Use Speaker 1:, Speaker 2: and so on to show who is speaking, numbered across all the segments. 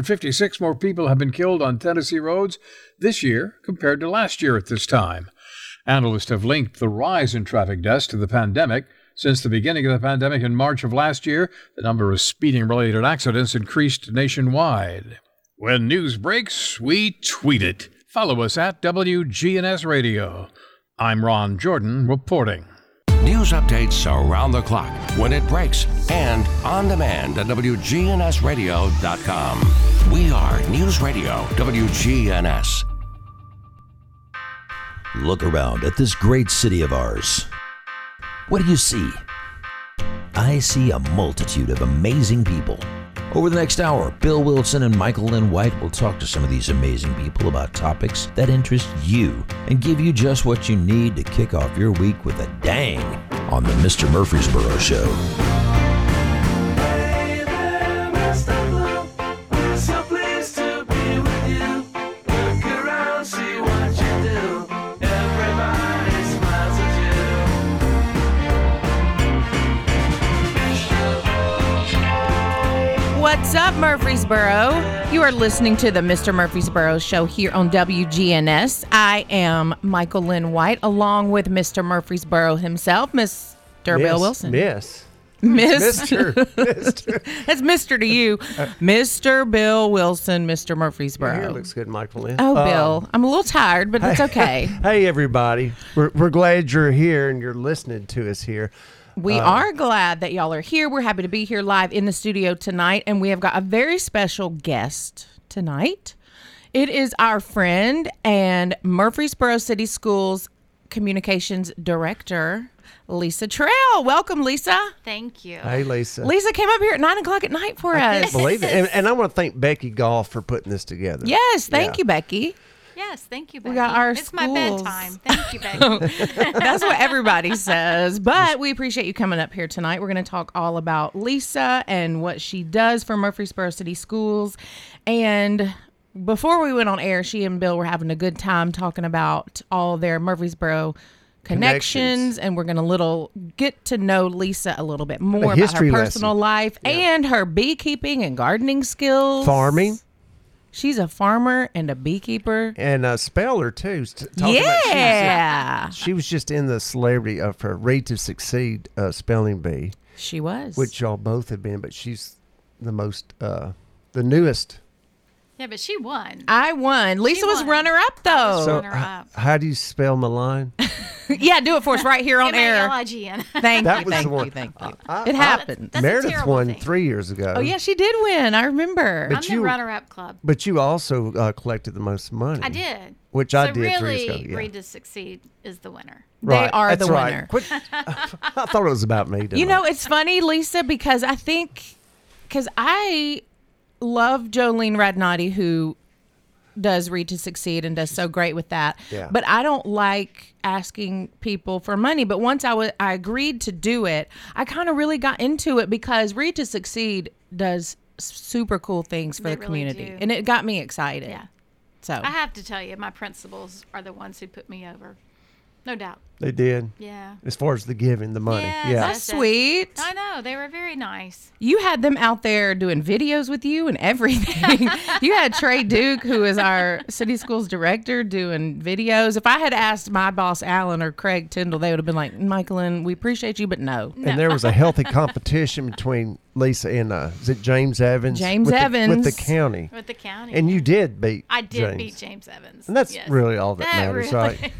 Speaker 1: 156 more people have been killed on Tennessee roads this year compared to last year at this time. Analysts have linked the rise in traffic deaths to the pandemic. Since the beginning of the pandemic in March of last year, the number of speeding related accidents increased nationwide. When news breaks, we tweet it. Follow us at WGNS Radio. I'm Ron Jordan reporting.
Speaker 2: News updates around the clock, when it breaks, and on demand at WGNSradio.com. We are News Radio WGNS.
Speaker 3: Look around at this great city of ours. What do you see? I see a multitude of amazing people. Over the next hour, Bill Wilson and Michael Lynn White will talk to some of these amazing people about topics that interest you and give you just what you need to kick off your week with a dang on the Mr. Murfreesboro Show.
Speaker 4: What's up, Murfreesboro? You are listening to the Mr. Murfreesboro Show here on WGNS. I am Michael Lynn White, along with Mr. Murfreesboro himself, Mr. Bill
Speaker 5: Miss,
Speaker 4: Wilson.
Speaker 5: Miss.
Speaker 4: Miss,
Speaker 5: Mister. Mister.
Speaker 4: that's Mr. to you,
Speaker 5: Uh,
Speaker 4: Mr. Bill Wilson, Mr.
Speaker 5: Your hair
Speaker 4: Murfreesboro.
Speaker 5: looks good, Michael Lynn.
Speaker 4: oh,
Speaker 5: Uh,
Speaker 4: Bill, I'm a little tired, but that's okay.
Speaker 5: Hey, everybody. We're, we're glad you're here and you're listening to us here.
Speaker 4: We are glad that y'all are here. We're happy to be here live in the studio tonight, and we have got a very special guest tonight. It is our friend and Murfreesboro City Schools Communications Director, Lisa Trail. Welcome, Lisa.
Speaker 6: Thank you.
Speaker 5: Hey, Lisa.
Speaker 4: Lisa came up here at nine o'clock at night for us.
Speaker 5: Believe it. And, and I want to thank Becky Goff for putting this together.
Speaker 4: Yes, thank
Speaker 5: Yeah.
Speaker 4: you, Becky.
Speaker 6: yes, thank you, Becky.
Speaker 4: We got our
Speaker 6: It's my
Speaker 4: schools.
Speaker 6: bedtime. Thank you, Becky.
Speaker 4: That's what everybody says. But we appreciate you coming up here tonight. We're going to talk all about Lisa and what she does for Murfreesboro City Schools. And before we went on air, she and Bill were having a good time talking about all their Murfreesboro connections,
Speaker 5: Connections.
Speaker 4: and we're going to little get to know Lisa a little bit more about her
Speaker 5: history lesson.
Speaker 4: personal life and her beekeeping and gardening skills.
Speaker 5: Farming
Speaker 4: She's a farmer and a beekeeper.
Speaker 5: and uh, Speller, too. s- Talking about-
Speaker 4: Yeah,
Speaker 5: she was just in the celebrity of her Read to Succeed uh, spelling bee,
Speaker 4: she was.
Speaker 5: which y'all both have been, but she's the most, uh, the newest.
Speaker 6: yeah, but she won.
Speaker 4: I won. Lisa was
Speaker 6: won.
Speaker 4: runner up though.
Speaker 5: So,
Speaker 6: Runner
Speaker 5: h-
Speaker 6: up.
Speaker 5: how do you spell Milan?
Speaker 4: yeah, do it for us right here on air.
Speaker 6: M-A-L-I-G-N.
Speaker 4: Thank
Speaker 5: That
Speaker 4: you,
Speaker 5: was the
Speaker 4: thank you,
Speaker 5: one.
Speaker 4: thank you.
Speaker 5: I-
Speaker 4: it
Speaker 5: I-
Speaker 4: happened.
Speaker 6: That's a
Speaker 5: Meredith
Speaker 6: terrible
Speaker 5: won
Speaker 6: thing.
Speaker 5: three years ago.
Speaker 4: oh yeah, she did win. I remember.
Speaker 6: I'm
Speaker 5: you-
Speaker 6: the runner-up club.
Speaker 5: But you also uh, collected the most money.
Speaker 6: I did.
Speaker 5: Which
Speaker 6: so
Speaker 5: I did three
Speaker 6: really,
Speaker 5: years ago. Yeah.
Speaker 6: Read to Succeed is the winner.
Speaker 4: they are
Speaker 5: That's
Speaker 4: the
Speaker 5: right.
Speaker 4: winner.
Speaker 5: Quit- I thought it was about me. didn't
Speaker 4: You know,
Speaker 5: I?
Speaker 4: it's funny, Lisa, because I think because I love Jolene Radnotti, who does read to succeed and does so great with that.
Speaker 5: Yeah.
Speaker 4: But I don't like asking people for money. But once I wa- I agreed to do it, I kind of really got into it because read to succeed does s- super cool things for
Speaker 6: They
Speaker 4: the
Speaker 6: really
Speaker 4: community,
Speaker 6: do.
Speaker 4: and it got me excited.
Speaker 6: Yeah.
Speaker 4: So
Speaker 6: I have to tell you, my principals are the ones who put me over. No doubt.
Speaker 5: they did.
Speaker 6: Yeah.
Speaker 5: As far as the giving, the money.
Speaker 6: Yes,
Speaker 5: yeah.
Speaker 4: that's sweet.
Speaker 6: I know. They were very nice.
Speaker 4: You had them out there doing videos with you and everything. you had Trey Duke, who is our city schools director, doing videos. If I had asked my boss, Alan or Craig Tyndall, they would have been like, Michaelin, we appreciate you, but no.
Speaker 5: And there was a healthy competition between Lisa and uh, is it James Evans?
Speaker 4: James
Speaker 5: with the- with the
Speaker 4: Evans.
Speaker 5: county.
Speaker 6: With the county.
Speaker 5: And you did beat.
Speaker 6: I did
Speaker 5: James.
Speaker 6: beat James Evans.
Speaker 5: And that's
Speaker 6: Yes.
Speaker 5: really all that, matters,
Speaker 6: really-
Speaker 5: right?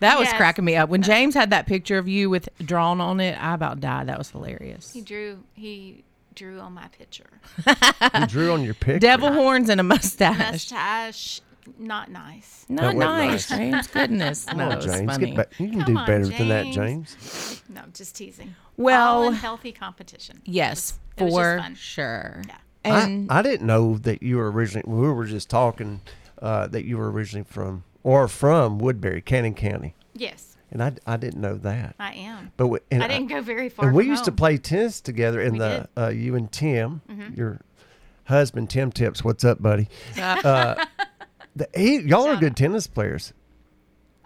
Speaker 4: That was
Speaker 6: Yes.
Speaker 4: cracking me up. When James had that picture of you with drawn on it, I about died. That was hilarious.
Speaker 6: He drew, he drew on my picture.
Speaker 5: You drew on your picture.
Speaker 4: Devil horns and a mustache.
Speaker 6: Mustache, not nice.
Speaker 4: Not
Speaker 5: wasn't
Speaker 4: nice, James. Goodness.
Speaker 5: Come
Speaker 4: no,
Speaker 5: on,
Speaker 4: it was
Speaker 5: James.
Speaker 4: funny.
Speaker 5: Get back. You can
Speaker 6: Come
Speaker 5: do
Speaker 6: on,
Speaker 5: better than that,
Speaker 6: James.
Speaker 5: James.
Speaker 6: No, I'm just teasing.
Speaker 4: Well-
Speaker 6: All in healthy competition.
Speaker 4: Yes,
Speaker 6: It was just
Speaker 4: for
Speaker 6: fun.
Speaker 4: sure.
Speaker 6: Yeah.
Speaker 4: And
Speaker 5: I, I didn't know that you were originally. We were just talking uh, that you were originally from or from Woodbury, Cannon County,
Speaker 6: Yes,
Speaker 5: and I, I didn't know that.
Speaker 6: I am.
Speaker 5: But we, and
Speaker 6: I didn't go very far.
Speaker 5: And we
Speaker 6: from
Speaker 5: used to
Speaker 6: home.
Speaker 5: play tennis together. In
Speaker 6: We Mm-hmm.
Speaker 5: the uh, you and Tim, your husband Tim Tips. What's up, buddy? Uh, the, he, y'all are good tennis players.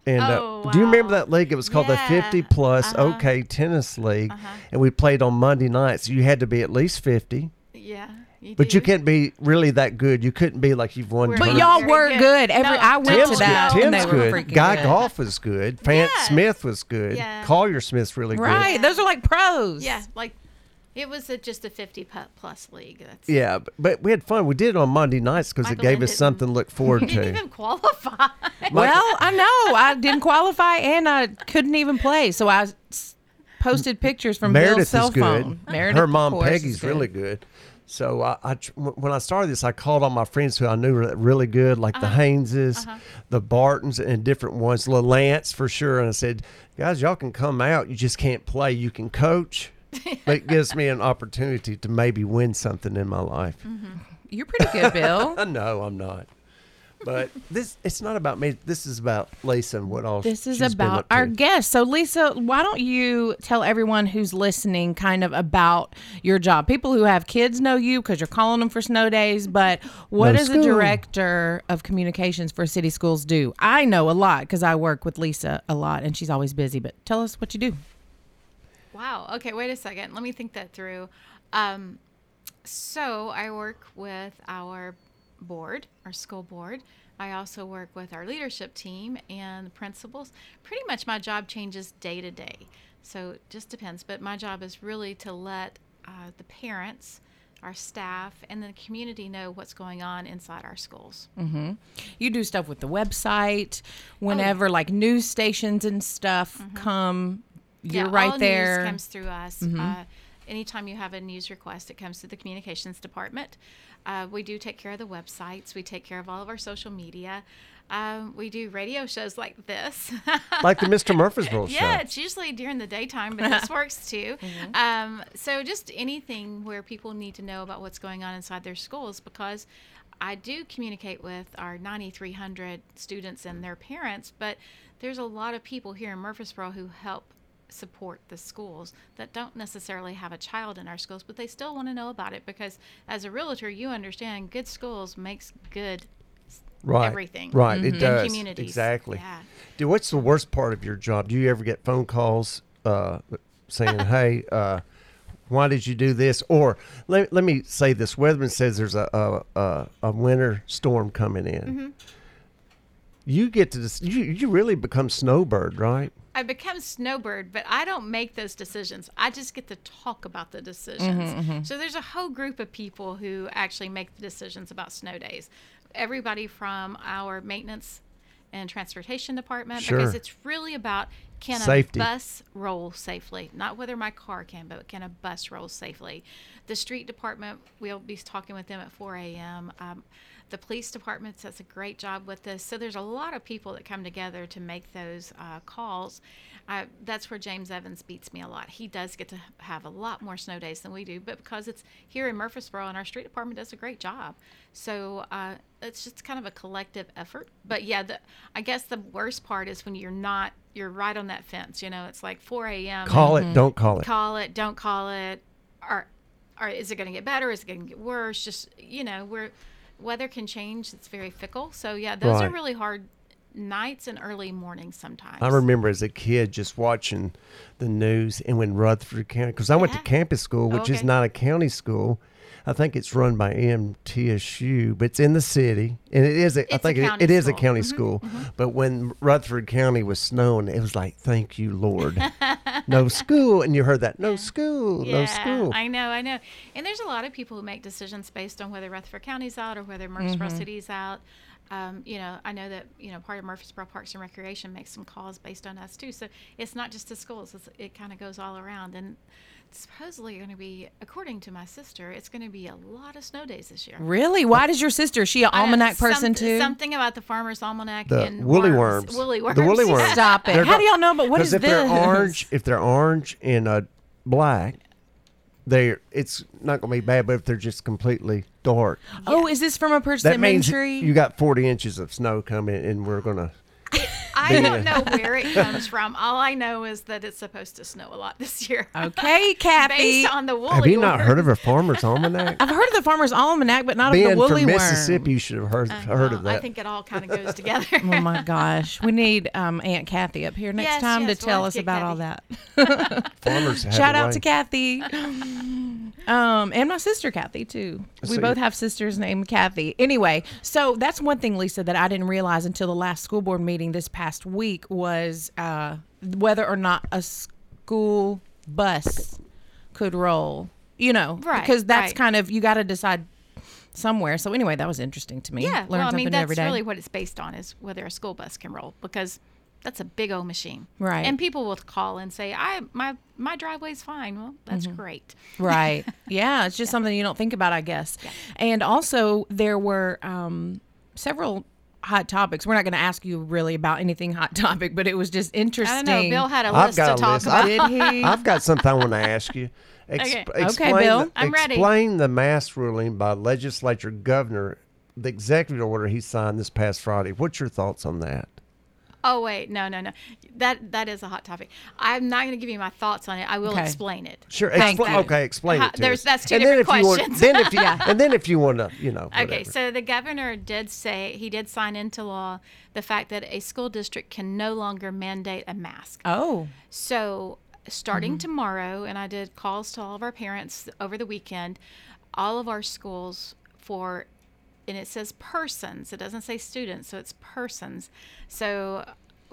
Speaker 5: And
Speaker 6: Oh,
Speaker 5: uh, do you remember
Speaker 6: wow.
Speaker 5: that league? It was called
Speaker 6: Yeah. Uh-huh.
Speaker 5: the 50 Plus OK Tennis League. And we played on Monday nights. You had to be at least 50.
Speaker 6: Yeah.
Speaker 5: But you
Speaker 6: do.
Speaker 5: can't be really that good. You couldn't be like you've won.
Speaker 6: But
Speaker 4: But
Speaker 5: tournaments.
Speaker 4: y'all
Speaker 6: Very
Speaker 4: were
Speaker 6: good.
Speaker 4: good. Every
Speaker 6: No,
Speaker 4: I went
Speaker 6: Tim's
Speaker 4: to
Speaker 6: good.
Speaker 4: that and
Speaker 5: Tim's
Speaker 4: they were
Speaker 5: good.
Speaker 4: freaking
Speaker 5: Guy
Speaker 4: good.
Speaker 5: Golf is good. Fant
Speaker 6: Yeah.
Speaker 5: Smith was good.
Speaker 6: Yeah.
Speaker 5: Collier Smith's really
Speaker 4: Right. Those are like pros.
Speaker 6: Yeah, like it was a, just a 50 putt plus league. That's
Speaker 5: good. Yeah, but, but we had fun. We did it on Monday nights because it
Speaker 6: Michael
Speaker 5: gave
Speaker 6: Lynn
Speaker 5: us
Speaker 6: didn't-
Speaker 5: something to look forward
Speaker 6: didn't
Speaker 5: to.
Speaker 6: even qualify.
Speaker 4: Well, I know. I didn't qualify and I couldn't even play. So I s- posted pictures from Bill's
Speaker 5: Meredith
Speaker 4: cell
Speaker 5: is good.
Speaker 4: phone. Meredith,
Speaker 5: Her
Speaker 4: of
Speaker 5: mom
Speaker 4: course, is
Speaker 5: Peggy's really good. So I, I tr- w- when I started this, I called all my friends who I knew were really good, like
Speaker 4: Uh-huh.
Speaker 5: the Hayneses, the Bartons, and different ones, LaLance for sure. And I said, guys, y'all can come out. You just can't play. You can coach. but it gives me an opportunity to maybe win something in my life.
Speaker 4: Mm-hmm. You're pretty good, Bill.
Speaker 5: Uh, No, I'm not. But this it's not about me. This is about Lisa and what all
Speaker 4: This is
Speaker 5: she's been
Speaker 4: about
Speaker 5: up
Speaker 4: our
Speaker 5: to.
Speaker 4: guest. So, Lisa, why don't you tell everyone who's listening kind of about your job? People who have kids know you because you're calling them for snow days, but what
Speaker 5: No
Speaker 4: does
Speaker 5: school.
Speaker 4: a director of communications for city schools do? I know a lot because I work with Lisa a lot and she's always busy, but tell us what you do.
Speaker 6: Wow. Okay, wait a second. Let me think that through. Um, so I work with our board, our school board. I also work with our leadership team and the principals. Pretty much my job changes day to day. So it just depends. But my job is really to let uh, the parents, our staff, and the community know what's going on inside our schools.
Speaker 4: You do stuff with the
Speaker 6: Oh,
Speaker 4: website whenever like news stations and stuff come. You're
Speaker 6: Mm-hmm. yeah,
Speaker 4: right
Speaker 6: all
Speaker 4: there. Mm-hmm.
Speaker 6: News comes through us. Uh, anytime you have a news request, it comes to the communications department. Uh, we do take care of the websites. We take care of all of our social media. Um, we do radio shows like this.
Speaker 5: like the Mr. Murfreesboro
Speaker 6: yeah,
Speaker 5: show.
Speaker 6: it's usually during the daytime, but this works too. Um, so just anything where people need to know about what's going on inside their schools because I do communicate with our 9,300 students and their parents, but there's a lot of people here in Murfreesboro who help support the schools that don't necessarily have a child in our schools, but they still want to know about it because as a realtor, you understand good schools makes good
Speaker 5: Right.
Speaker 6: everything. Mm-hmm.
Speaker 5: Right. It
Speaker 6: And
Speaker 5: does.
Speaker 6: communities.
Speaker 5: Exactly.
Speaker 6: Yeah.
Speaker 5: Dude, what's the worst part of your job? Do you ever get phone calls uh, saying, "Hey, uh, why did you do this?" Or let, let me say this: Weatherman says there's a a, a, a winter storm coming in.
Speaker 6: Mm-hmm.
Speaker 5: You get to this, you you really become snowbird, right?
Speaker 6: I become snowbird, but I don't make those decisions. I just get to talk about the decisions. So there's a whole group of people who actually make the decisions about snow days. Everybody from our maintenance and transportation department
Speaker 5: Sure.
Speaker 6: because it's really about can
Speaker 5: Safety.
Speaker 6: a bus roll safely, not whether my car can, but can a bus roll safely. The street department, we'll be talking with them at 4 a.m. Um, the police department does a great job with this. So there's a lot of people that come together to make those uh, calls. Uh, that's where James Evans beats me a lot. He does get to have a lot more snow days than we do, but because it's here in Murfreesboro and our street department does a great job. So uh, it's just kind of a collective effort. But yeah, the, I guess the worst part is when you're not, you're right on that fence. You know, it's like 4 a.m.
Speaker 5: Call it, don't call it.
Speaker 6: Call it, don't call it. Or, or is it going to get better? Is it going to get worse? Just, you know, we're, weather can change. It's very fickle. So yeah, those are
Speaker 5: Right.
Speaker 6: really hard nights and early mornings sometimes.
Speaker 5: I remember as a kid just watching the news and when Rutherford County, because I went to
Speaker 6: Yeah.
Speaker 5: campus school, which is
Speaker 6: okay.
Speaker 5: not a county school. I think it's run by MTSU, but it's in the city, and it is. A, I
Speaker 6: It's a
Speaker 5: think it,
Speaker 6: county
Speaker 5: it is a
Speaker 6: school. Mm-hmm,
Speaker 5: county school. But when Rutherford County was snowing, it was like, "Thank you, Lord, no school." And you heard that, "No school, no school."
Speaker 6: I know, I know. And there's a lot of people who make decisions based on whether Rutherford County's out or whether Murfreesboro
Speaker 5: Mm-hmm.
Speaker 6: City's out. Um, you know, I know that you know part of Murfreesboro Parks and Recreation makes some calls based on us too. So it's not just the schools; it's, it kind of goes all around. And supposedly going to be, according to my sister, it's going to be a lot of snow days this year.
Speaker 4: really? Why does your sister? Is she an
Speaker 6: I know,
Speaker 4: almanac
Speaker 6: some-
Speaker 4: person too?
Speaker 6: Something about the farmer's almanac
Speaker 5: The
Speaker 6: and
Speaker 5: woolly worms.
Speaker 6: Woolly
Speaker 5: The
Speaker 6: worms.
Speaker 5: woolly worms.
Speaker 4: Stop it.
Speaker 5: They're
Speaker 4: How
Speaker 5: not-
Speaker 4: do y'all know? But what is
Speaker 5: Because if
Speaker 4: this?
Speaker 5: they're orange, if they're orange and uh, black, they it's not going to be bad. But if they're just completely dark,
Speaker 4: Oh, is this from a
Speaker 5: that means
Speaker 4: persimmon
Speaker 5: you got 40 inches of snow coming, and we're gonna.
Speaker 6: I don't know where it comes from. All I know is that it's supposed to snow a lot this year.
Speaker 4: okay, Kathy.
Speaker 6: based on the woolly.
Speaker 5: Have you not
Speaker 6: worm.
Speaker 5: heard of a farmer's almanac?
Speaker 4: I've heard of the Farmer's Almanac, but not of the
Speaker 5: Being
Speaker 4: woolly
Speaker 5: from
Speaker 4: worm.
Speaker 5: Mississippi, you should have heard heard of
Speaker 6: Well,
Speaker 5: that.
Speaker 6: Uh-huh. I think it all kind of goes together.
Speaker 4: Oh my gosh, we need um, Aunt Kathy up here next
Speaker 6: Yes,
Speaker 4: time
Speaker 6: yes,
Speaker 4: to
Speaker 6: we'll
Speaker 4: tell
Speaker 6: have
Speaker 4: us
Speaker 6: to get
Speaker 4: about all that.
Speaker 5: farmers. have
Speaker 4: Shout
Speaker 5: a
Speaker 4: out
Speaker 5: way.
Speaker 4: to Kathy. Um, and my sister Kathy too. We both have sisters named Kathy. Anyway, so that's one thing, Lisa, that I didn't realize until the last school board meeting this past week was uh, whether or not a school bus could roll. You know,
Speaker 6: Right,
Speaker 4: Because that's
Speaker 6: right.
Speaker 4: kind of you got to decide somewhere. So anyway, that was interesting to me.
Speaker 6: Yeah,
Speaker 4: Learn
Speaker 6: well, I
Speaker 4: something
Speaker 6: mean, that's
Speaker 4: every day.
Speaker 6: really what it's based on is whether a school bus can roll because that's a big old machine,
Speaker 4: Right.
Speaker 6: And people will call and say, "I my my driveway's fine." Well, that's
Speaker 4: Mm-hmm.
Speaker 6: great.
Speaker 4: Right. Yeah. It's just something you don't think about, I guess. And also, there were um, several hot topics. We're not going to ask you really about anything hot topic, but it was just interesting.
Speaker 6: I don't know. Bill had a
Speaker 5: I've
Speaker 6: list
Speaker 5: got
Speaker 6: to
Speaker 5: a
Speaker 6: talk
Speaker 5: list.
Speaker 6: about.
Speaker 5: I- I've got something I want to ask you. Ex-
Speaker 6: Okay. Okay,
Speaker 5: explain
Speaker 4: Bill.
Speaker 5: The,
Speaker 6: I'm ready.
Speaker 5: Explain the mask ruling by legislature governor, the executive order he signed this past Friday. What's your thoughts on that?
Speaker 6: Oh wait, no, no, no. That that is a hot topic. I'm not going to give you my thoughts on it. I will
Speaker 4: Okay.
Speaker 6: explain it.
Speaker 5: Sure.
Speaker 4: Thank
Speaker 5: expla-
Speaker 4: you.
Speaker 5: Okay, explain
Speaker 6: How-
Speaker 5: it to
Speaker 6: Uh-huh, there's-
Speaker 5: us.
Speaker 6: that's two
Speaker 5: and then if
Speaker 6: different
Speaker 5: you want,
Speaker 6: questions.
Speaker 5: then if you, and then if you want to, you know.
Speaker 6: Okay,
Speaker 5: whatever.
Speaker 6: so the governor did say he did sign into law the fact that a school district can no longer mandate a mask.
Speaker 4: Oh,
Speaker 6: So, starting tomorrow, and I did calls to all of our parents over the weekend, all of our schools for, and it says persons, it doesn't say students, so it's persons. So,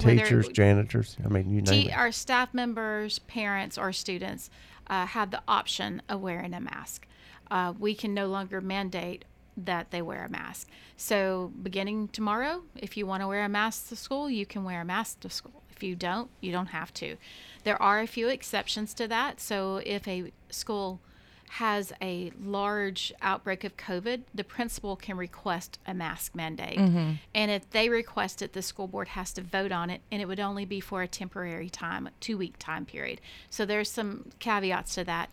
Speaker 6: whether-
Speaker 5: Teachers, janitors. I mean, you know.
Speaker 6: T- our staff members, parents, or students uh, have the option of wearing a mask. Uh, we can no longer mandate that they wear a mask. So, beginning tomorrow, if you want to wear a mask to school, you can wear a mask to school. If you don't, you don't have to. There are a few exceptions to that. So, if a school has a large outbreak of COVID, the principal can request a mask mandate. And if they request it, the school board has to vote on it, and it would only be for a temporary time, two week time period. So there's some caveats to that.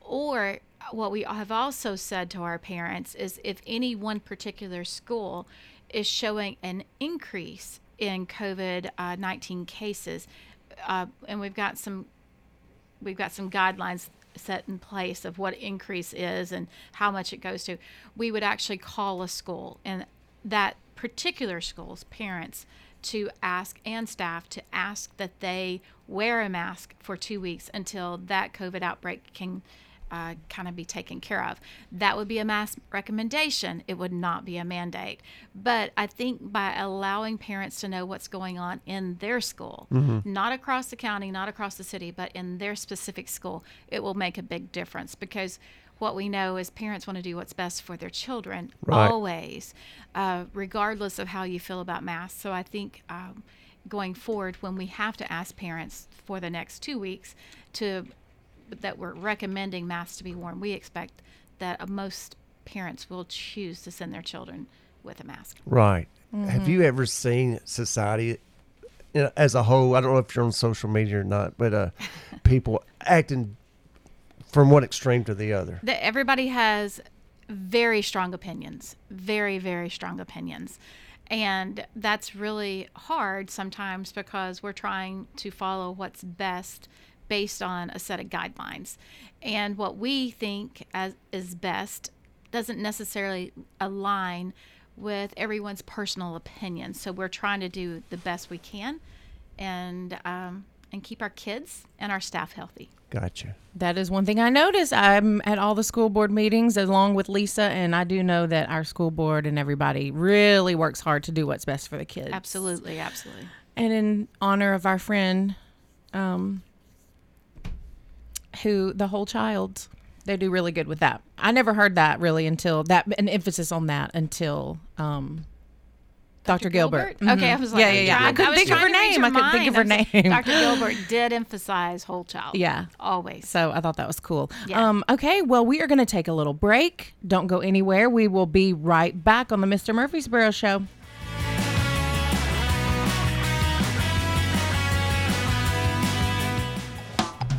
Speaker 6: Or what we have also said to our parents is if any one particular school is showing an increase in COVID uh, 19 cases, uh, and we've got some we've got some guidelines set in place of what increase is and how much it goes to we would actually call a school and that particular school's parents to ask and staff to ask that they wear a mask for two weeks until that covid outbreak can uh, kind of be taken care of. That would be a mask recommendation. It would not be a mandate. But I think by allowing parents to know what's going on in their school, not across the county, not across the city, but in their specific school, it will make a big difference because what we know is parents want to do what's best for their children
Speaker 5: Right.
Speaker 6: always, uh, regardless of how you feel about masks. So I think. Um, Going forward, when we have to ask parents for the next two weeks to that we're recommending masks to be worn, we expect that uh, most parents will choose to send their children with a mask.
Speaker 5: Right. Have
Speaker 4: Mm-hmm.
Speaker 5: you ever seen society you know, as a whole? I don't know if you're on social media or not, but uh, people acting from one extreme to the other.
Speaker 6: That everybody has very strong opinions, very very strong opinions, and that's really hard sometimes because we're trying to follow what's best based on a set of guidelines, and what we think as is best doesn't necessarily align with everyone's personal opinion. So we're trying to do the best we can, and um, and keep our kids and our staff healthy.
Speaker 5: Gotcha.
Speaker 4: that is one thing I noticed. I'm at all the school board meetings along with Lisa, and I do know that our school board and everybody really works hard to do what's best for the kids.
Speaker 6: Absolutely, absolutely.
Speaker 4: and in honor of our friend um who the whole child they do really good with that i never heard that really until that an emphasis on that until um dr, gilbert, Mhm.
Speaker 6: Okay, I was like,
Speaker 4: yeah yeah yeah i
Speaker 6: trying-
Speaker 4: couldn't
Speaker 6: was
Speaker 4: think of her
Speaker 6: trying to read
Speaker 4: name
Speaker 6: your
Speaker 4: i couldn't think of her
Speaker 6: mind.
Speaker 4: name
Speaker 6: Dr. Gilbert did emphasize whole child.
Speaker 4: Yeah.
Speaker 6: always.
Speaker 4: so i thought that was cool
Speaker 6: Yeah.
Speaker 4: um okay well we are going to take a little break don't go anywhere we will be right back on the mr murfreesboro show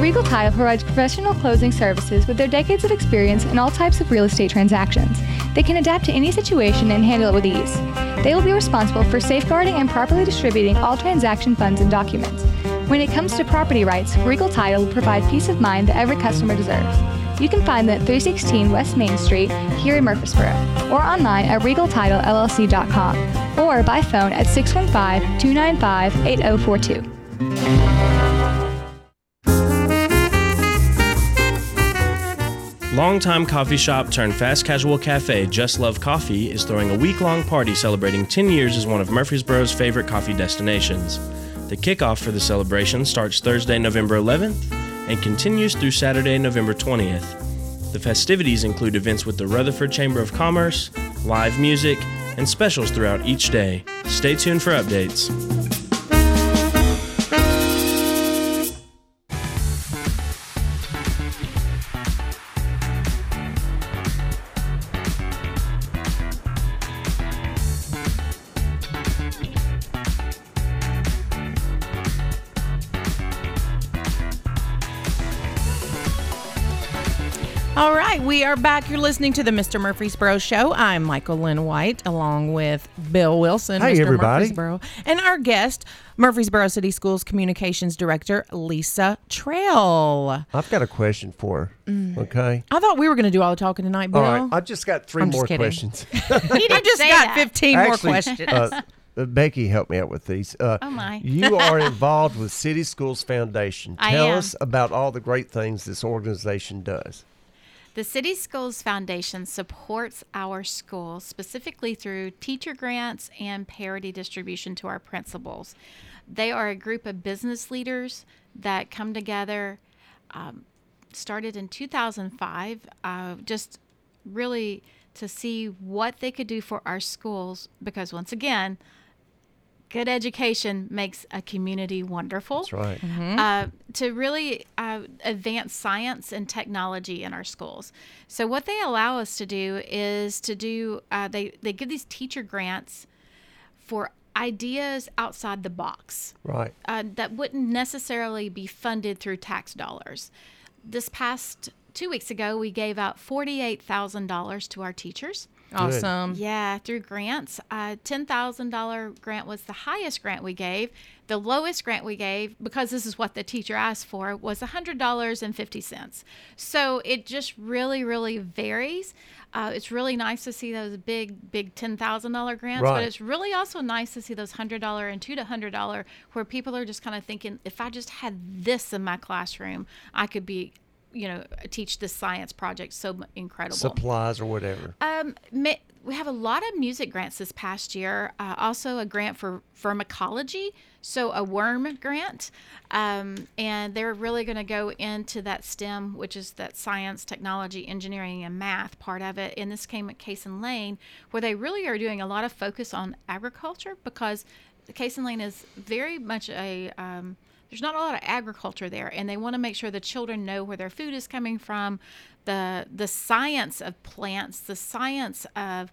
Speaker 7: Regal Title provides professional closing services with their decades of experience in all types of real estate transactions. They can adapt to any situation and handle it with ease. They will be responsible for safeguarding and properly distributing all transaction funds and documents. When it comes to property rights, Regal Title will provide peace of mind that every customer deserves. You can find them at 316 West Main Street here in Murfreesboro or online at regaltitlellc.com or by phone at 615 295 8042.
Speaker 8: Longtime coffee shop turned fast casual cafe Just Love Coffee is throwing a week long party celebrating 10 years as one of Murfreesboro's favorite coffee destinations. The kickoff for the celebration starts Thursday, November 11th and continues through Saturday, November 20th. The festivities include events with the Rutherford Chamber of Commerce, live music, and specials throughout each day. Stay tuned for updates.
Speaker 4: All right, we are back. You're listening to the Mr. Murfreesboro Show. I'm Michael Lynn White, along with Bill Wilson,
Speaker 5: Hey,
Speaker 4: Mr.
Speaker 5: everybody.
Speaker 4: Murfreesboro, and our guest, Murfreesboro City Schools Communications Director Lisa Trail.
Speaker 5: I've got a question for her.
Speaker 6: Mm.
Speaker 5: Okay.
Speaker 4: I thought we were going to do all the talking tonight, Bill.
Speaker 5: All right. I just got 3
Speaker 4: I'm just
Speaker 5: more
Speaker 4: kidding.
Speaker 5: questions.
Speaker 6: He
Speaker 4: I
Speaker 6: didn't
Speaker 4: just
Speaker 6: say
Speaker 4: got
Speaker 6: that.
Speaker 4: 15
Speaker 5: Actually,
Speaker 4: more questions.
Speaker 5: uh, uh, Becky helped me out with these. Uh,
Speaker 6: Oh, my.
Speaker 5: you are involved with City Schools Foundation.
Speaker 6: I
Speaker 5: Tell
Speaker 6: am.
Speaker 5: us about all the great things this organization does.
Speaker 6: The City Schools Foundation supports our school specifically through teacher grants and parity distribution to our principals. They are a group of business leaders that come together, um, started in 2005, uh, just really to see what they could do for our schools because, once again, good education makes a community wonderful
Speaker 5: That's right.
Speaker 6: uh, to really uh, advance science and technology in our schools. So what they allow us to do is to do uh, they they give these teacher grants for ideas outside the box
Speaker 5: Right.
Speaker 6: uh, that wouldn't necessarily be funded through tax dollars. This past two weeks ago, we gave out forty-eight thousand dollars to our teachers.
Speaker 4: awesome.
Speaker 6: Yeah, through grants. Uh, $10,000 grant was the highest grant we gave. The lowest grant we gave, because this is what the teacher asked for, was $100.50. So it just really, really varies. Uh, it's really nice to see those big, big $10,000 grants, but
Speaker 5: Right.
Speaker 6: it's really also nice to see those $100 and $200 where people are just kind of thinking, if I just had this in my classroom, I could be, you know, teach this science project so m- incredible.
Speaker 5: Supplies or whatever.
Speaker 6: Um, ma- we have a lot of music grants this past year. Uh, also, a grant for vermicology, so a worm grant, um, and they're really going to go into that STEM, which is that science, technology, engineering, and math part of it. And this came at Case and Lane, where they really are doing a lot of focus on agriculture because Case and Lane is very much a um, there's not a lot of agriculture there and they want to make sure the children know where their food is coming from the the science of plants the science of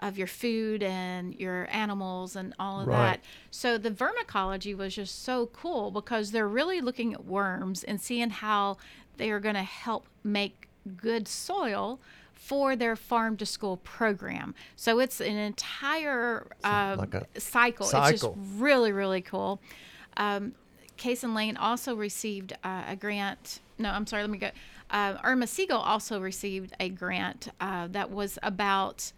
Speaker 6: of your food and your animals and all of
Speaker 5: Right.
Speaker 6: that so the vermicology was just so cool because they're really looking at worms and seeing how they are going to help make good soil for their farm to school program so it's an entire uh,
Speaker 5: like a
Speaker 6: cycle. it's
Speaker 5: cycle.
Speaker 6: just really really cool um, Case and Lane also received uh, a grant. No, I'm sorry. Let me go. Uh, Irma Siegel also received a grant uh, that was about.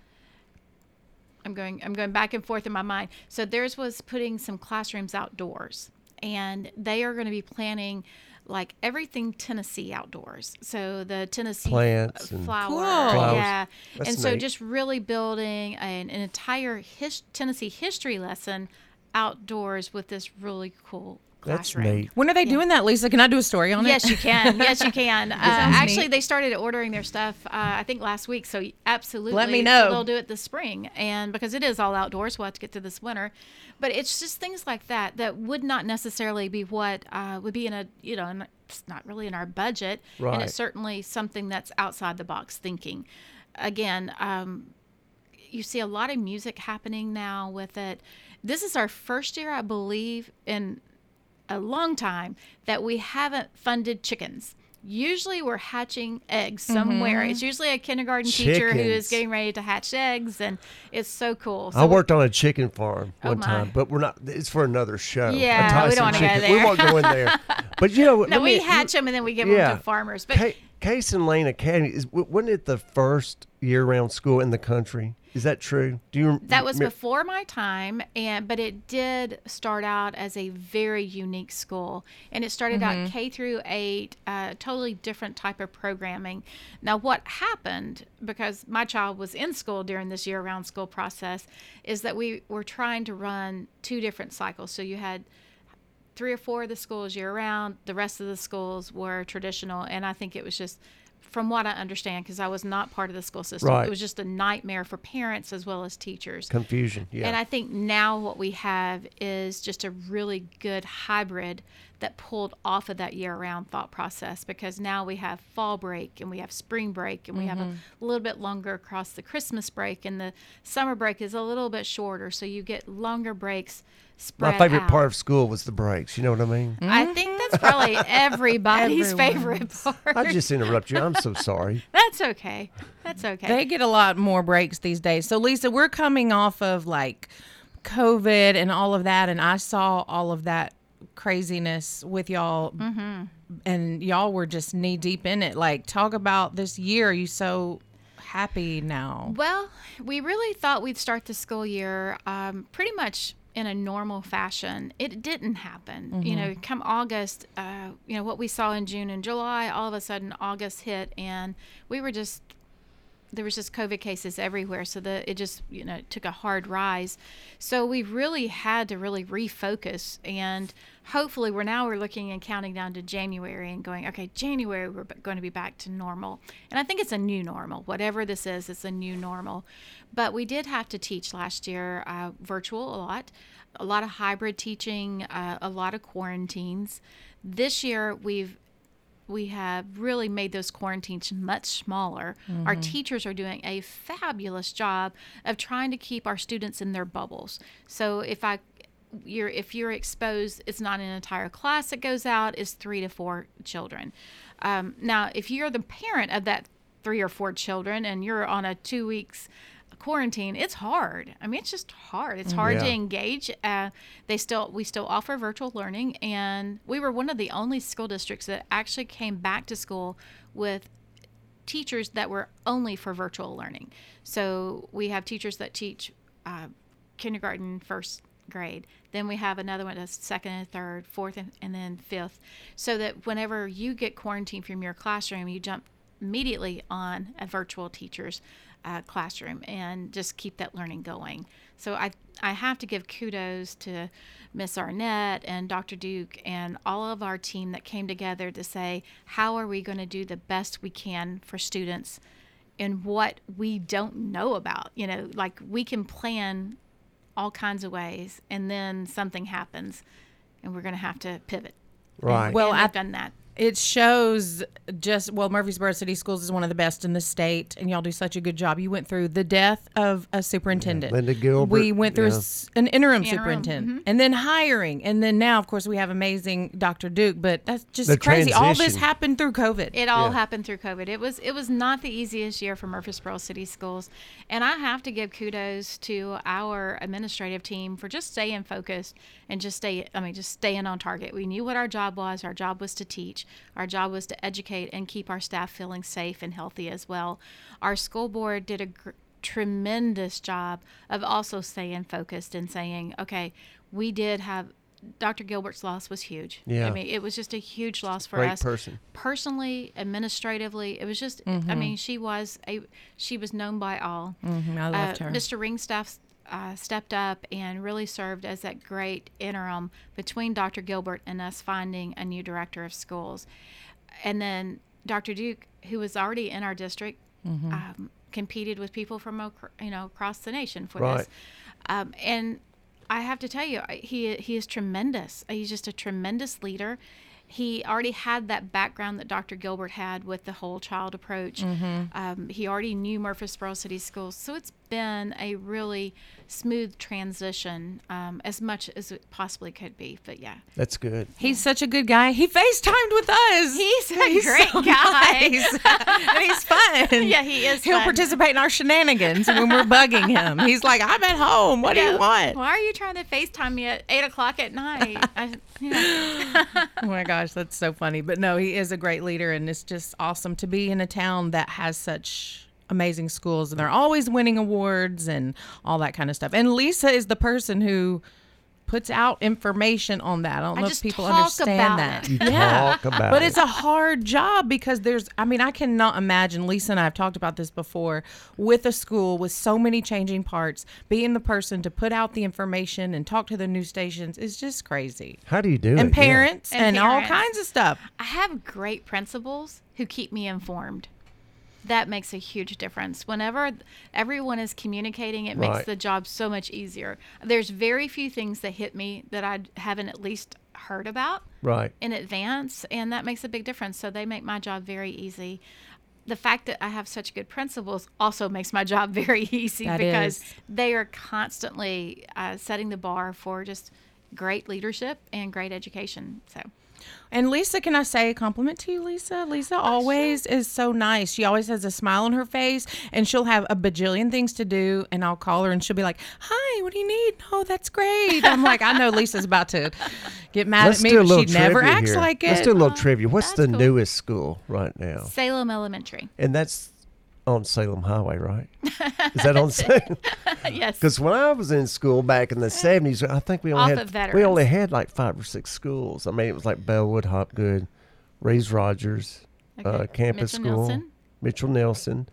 Speaker 6: I'm going. I'm going back and forth in my mind. So theirs was putting some classrooms outdoors, and they are going to be planning like everything Tennessee outdoors. So the Tennessee
Speaker 5: Plants and-
Speaker 6: flower,
Speaker 4: Flowers.
Speaker 6: yeah,
Speaker 5: That's
Speaker 6: and so
Speaker 5: neat.
Speaker 6: just just really building an, an entire his, Tennessee history lesson outdoors with this really cool
Speaker 5: That's
Speaker 6: classroom.
Speaker 5: neat.
Speaker 4: When are they doing that, Lisa? Can I do a story on
Speaker 6: Yes,
Speaker 4: it?
Speaker 6: you can. Yes, you can. Uh,
Speaker 4: sounds
Speaker 6: actually,
Speaker 4: neat.
Speaker 6: they started ordering their stuff. Uh, I think last week. So absolutely,
Speaker 4: me
Speaker 6: So
Speaker 4: know.
Speaker 6: they'll do it this spring, and because it is all outdoors, we'll have to get to this winter. But it's just things like that that would not necessarily be what uh, would be in a you know, in, it's not really in our budget, and
Speaker 5: Right.
Speaker 6: it's certainly something that's outside the box thinking. Again, um, you see a lot of music happening now with it. This is our first year, I believe, in a long time that we haven't funded chickens. Usually we're hatching eggs somewhere. It's usually a kindergarten teacher who
Speaker 5: Mm-hmm. Chickens.
Speaker 6: is getting ready to hatch eggs, and it's so cool. So
Speaker 5: I
Speaker 6: we-
Speaker 5: worked on a chicken farm
Speaker 6: Oh,
Speaker 5: one
Speaker 6: my.
Speaker 5: time, but we're not. It's for another show. a
Speaker 6: Yeah, we don't
Speaker 5: Tyson
Speaker 6: wanna go
Speaker 5: chicken- We
Speaker 6: there.
Speaker 5: won't go in there. But you know,
Speaker 6: No,
Speaker 5: let
Speaker 6: we
Speaker 5: me-
Speaker 6: hatch them and then we give them
Speaker 5: yeah.
Speaker 6: to farmers. But
Speaker 5: Ca- Case and Lane Academy is w- wasn't it the first year-round school in the country? Is that true? Do you? rem-
Speaker 6: that was
Speaker 5: me-
Speaker 6: before my time and but it did start out as a very unique school and it started out k through eight uh, totally different type of programming now what happened because my child was in school during this year round school process is that we were trying to run two different cycles so you had three or four of the schools year round. The rest of the schools were traditional, and I think it was just, from what I understand, because I was not part of the school system,
Speaker 5: Right.
Speaker 6: it was just a nightmare for parents as well as teachers.
Speaker 5: confusion. Yeah.
Speaker 6: And I think now what we have is just a really good hybrid that pulled off of that year round thought process because now we have fall break and we have spring break and we have a little bit longer across the Christmas break and the summer break is a little bit shorter. So you get longer breaks spread
Speaker 5: My favorite
Speaker 6: out.
Speaker 5: part of school was the breaks. You know what I mean?
Speaker 6: I think that's probably everybody's favorite part.
Speaker 5: I just interrupt you. I'm so sorry.
Speaker 6: That's okay. That's okay.
Speaker 4: They get a lot more breaks these days. So, Lisa, we're coming off of like COVID and all of that. And I saw all of that craziness with y'all. And y'all were just knee deep in it. Like, talk about this year. Are you so happy now?
Speaker 6: Well, we really thought we'd start the school year um, pretty much in a normal fashion. It didn't happen. You know, come August, uh, you know, what we saw in June and July, all of a sudden August hit and we were just there was just COVID cases everywhere, so the it just you know took a hard rise. So we really had to really refocus, and hopefully we're now we're looking and counting down to January and going, okay, January we're b- going to be back to normal, and I think it's a new normal. Whatever this is, it's a new normal. But we did have to teach last year uh, virtual a lot, a lot of hybrid teaching, uh, a lot of quarantines. This year we've we have really made those quarantines much smaller. Our teachers are doing a fabulous job of trying to keep our students in their bubbles. So if I you're if you're exposed, it's not an entire class that goes out, it's three to four children. Um, now if you're the parent of that three or four children and you're on a two weeks quarantine it's hard i mean it's just hard it's hard to
Speaker 5: Yeah.
Speaker 6: engage uh, they still we still offer virtual learning and we were one of the only school districts that actually came back to school with teachers that were only for virtual learning so we have teachers that teach uh, kindergarten first grade then we have another one that's second and third fourth and, and then fifth so that whenever you get quarantined from your classroom you jump immediately on a virtual teacher's uh, classroom and just keep that learning going. So I I have to give kudos to Miss Arnett and Dr. Duke and all of our team that came together to say how are we going to do the best we can for students and what we don't know about. You know, like we can plan all kinds of ways and then something happens and we're going to have to pivot.
Speaker 5: Right.
Speaker 4: Well,
Speaker 6: and I've
Speaker 4: I-
Speaker 6: done that.
Speaker 4: It shows just, well, Murfreesboro City Schools is one of the best in the state, and y'all do such a good job. You went through the death of a superintendent.
Speaker 5: Linda Gilbert,
Speaker 4: We went through a
Speaker 5: yeah.
Speaker 4: s- an interim, superintendent,
Speaker 6: mm-hmm.
Speaker 4: and then hiring. And then now, of course, we have amazing Dr. Duke, but that's just
Speaker 5: The
Speaker 4: crazy. All this
Speaker 5: transition.
Speaker 4: happened through COVID.
Speaker 6: It all happened through COVID. It was it was not the easiest year for Murfreesboro City Schools, and I have to give kudos to our administrative team for just staying focused and just stay. I mean, just staying on target. We knew what our job was. Our job was to teach. Our job was to educate and keep our staff feeling safe and healthy as well. Our school board did a gr- tremendous job of also staying focused and saying, okay, we did have. Dr. Gilbert's loss was huge. I
Speaker 5: Yeah.
Speaker 6: mean, it was just a huge loss for
Speaker 5: Great
Speaker 6: us
Speaker 5: person.
Speaker 6: personally administratively it was just i mean she was a she was known by all
Speaker 4: I loved
Speaker 6: uh,
Speaker 4: her.
Speaker 6: mr ringstaff's uh, stepped up and really served as that great interim between Dr. Gilbert and us finding a new director of schools. And then Dr. Duke, who was already in our district,
Speaker 4: Mm-hmm.
Speaker 6: um, competed with people from acro- you know across the nation for
Speaker 5: Right.
Speaker 6: this. Um, and I have to tell you, I- he he is tremendous. Uh, He's just a tremendous leader. He already had that background that Dr. Gilbert had with the whole child approach.
Speaker 4: Mm-hmm.
Speaker 6: Um, he already knew Murfreesboro City Schools, so it's been a really smooth transition, um, as much as it possibly could be. But yeah,
Speaker 5: That's good.
Speaker 4: He's such a good guy. He FaceTimed with us.
Speaker 6: He's a great
Speaker 4: so
Speaker 6: guy.
Speaker 4: nice. and he's fun.
Speaker 6: Yeah, he is
Speaker 4: He'll
Speaker 6: fun.
Speaker 4: participate in our shenanigans when we're bugging him. He's like, I'm at home. What do you want?
Speaker 6: uh, why are you trying to Facetime me at eight o'clock at night? I, you know.
Speaker 4: Oh my gosh, that's so funny. But no, he is a great leader, and it's just awesome to be in a town that has such amazing schools, and they're always winning awards and all that kind of stuff. And Lisa is the person who puts out information on that. I don't
Speaker 6: I
Speaker 4: know
Speaker 6: just
Speaker 4: if people
Speaker 6: talk
Speaker 4: understand
Speaker 6: about
Speaker 4: that.
Speaker 6: it.
Speaker 4: Yeah.
Speaker 5: Talk about
Speaker 4: But
Speaker 5: it.
Speaker 4: it's a hard job because there's, I mean, I cannot imagine. Lisa and I have talked about this before with a school with so many changing parts, being the person to put out the information and talk to the news stations is just crazy
Speaker 5: How do you do it?
Speaker 4: and
Speaker 5: Yeah.
Speaker 4: parents and,
Speaker 6: And parents.
Speaker 4: all kinds of stuff.
Speaker 6: I have great principals who keep me informed. That makes a huge difference. Whenever everyone is communicating, it
Speaker 5: Right.
Speaker 6: makes the job so much easier. There's very few things that hit me that I haven't at least heard about
Speaker 5: Right.
Speaker 6: in advance, and that makes a big difference. So they make my job very easy. The fact that I have such good principals also makes my job very easy
Speaker 4: That
Speaker 6: because
Speaker 4: is.
Speaker 6: they are constantly uh, setting the bar for just great leadership and great education. So.
Speaker 4: And Lisa, can I say a compliment to you, Lisa? Lisa always is so nice. She always has a smile on her face and she'll have a bajillion things to do. And I'll call her and she'll be like, Hi, what do you need? Oh, that's great. I'm like, I know Lisa's about to get mad
Speaker 5: Let's
Speaker 4: at me,
Speaker 5: do a
Speaker 4: but
Speaker 5: little
Speaker 4: she never
Speaker 5: trivia
Speaker 4: acts
Speaker 5: here.
Speaker 4: like it.
Speaker 5: Let's do a little trivia. What's
Speaker 6: that's
Speaker 5: the
Speaker 6: cool.
Speaker 5: newest school right now?
Speaker 6: Salem Elementary.
Speaker 5: And that's on Salem Highway, right? Is that on Salem?
Speaker 6: yes.
Speaker 5: Because when I was in school back in the seventies, I think we
Speaker 6: Off
Speaker 5: only
Speaker 6: of
Speaker 5: had
Speaker 6: Veterans.
Speaker 5: we only had like five or six schools. I mean, it was like Bellwood, Hopgood, Reeves Rogers, uh,
Speaker 6: Okay.
Speaker 5: Campus
Speaker 6: Mitchell
Speaker 5: School,
Speaker 6: Nelson.
Speaker 5: Mitchell Nelson.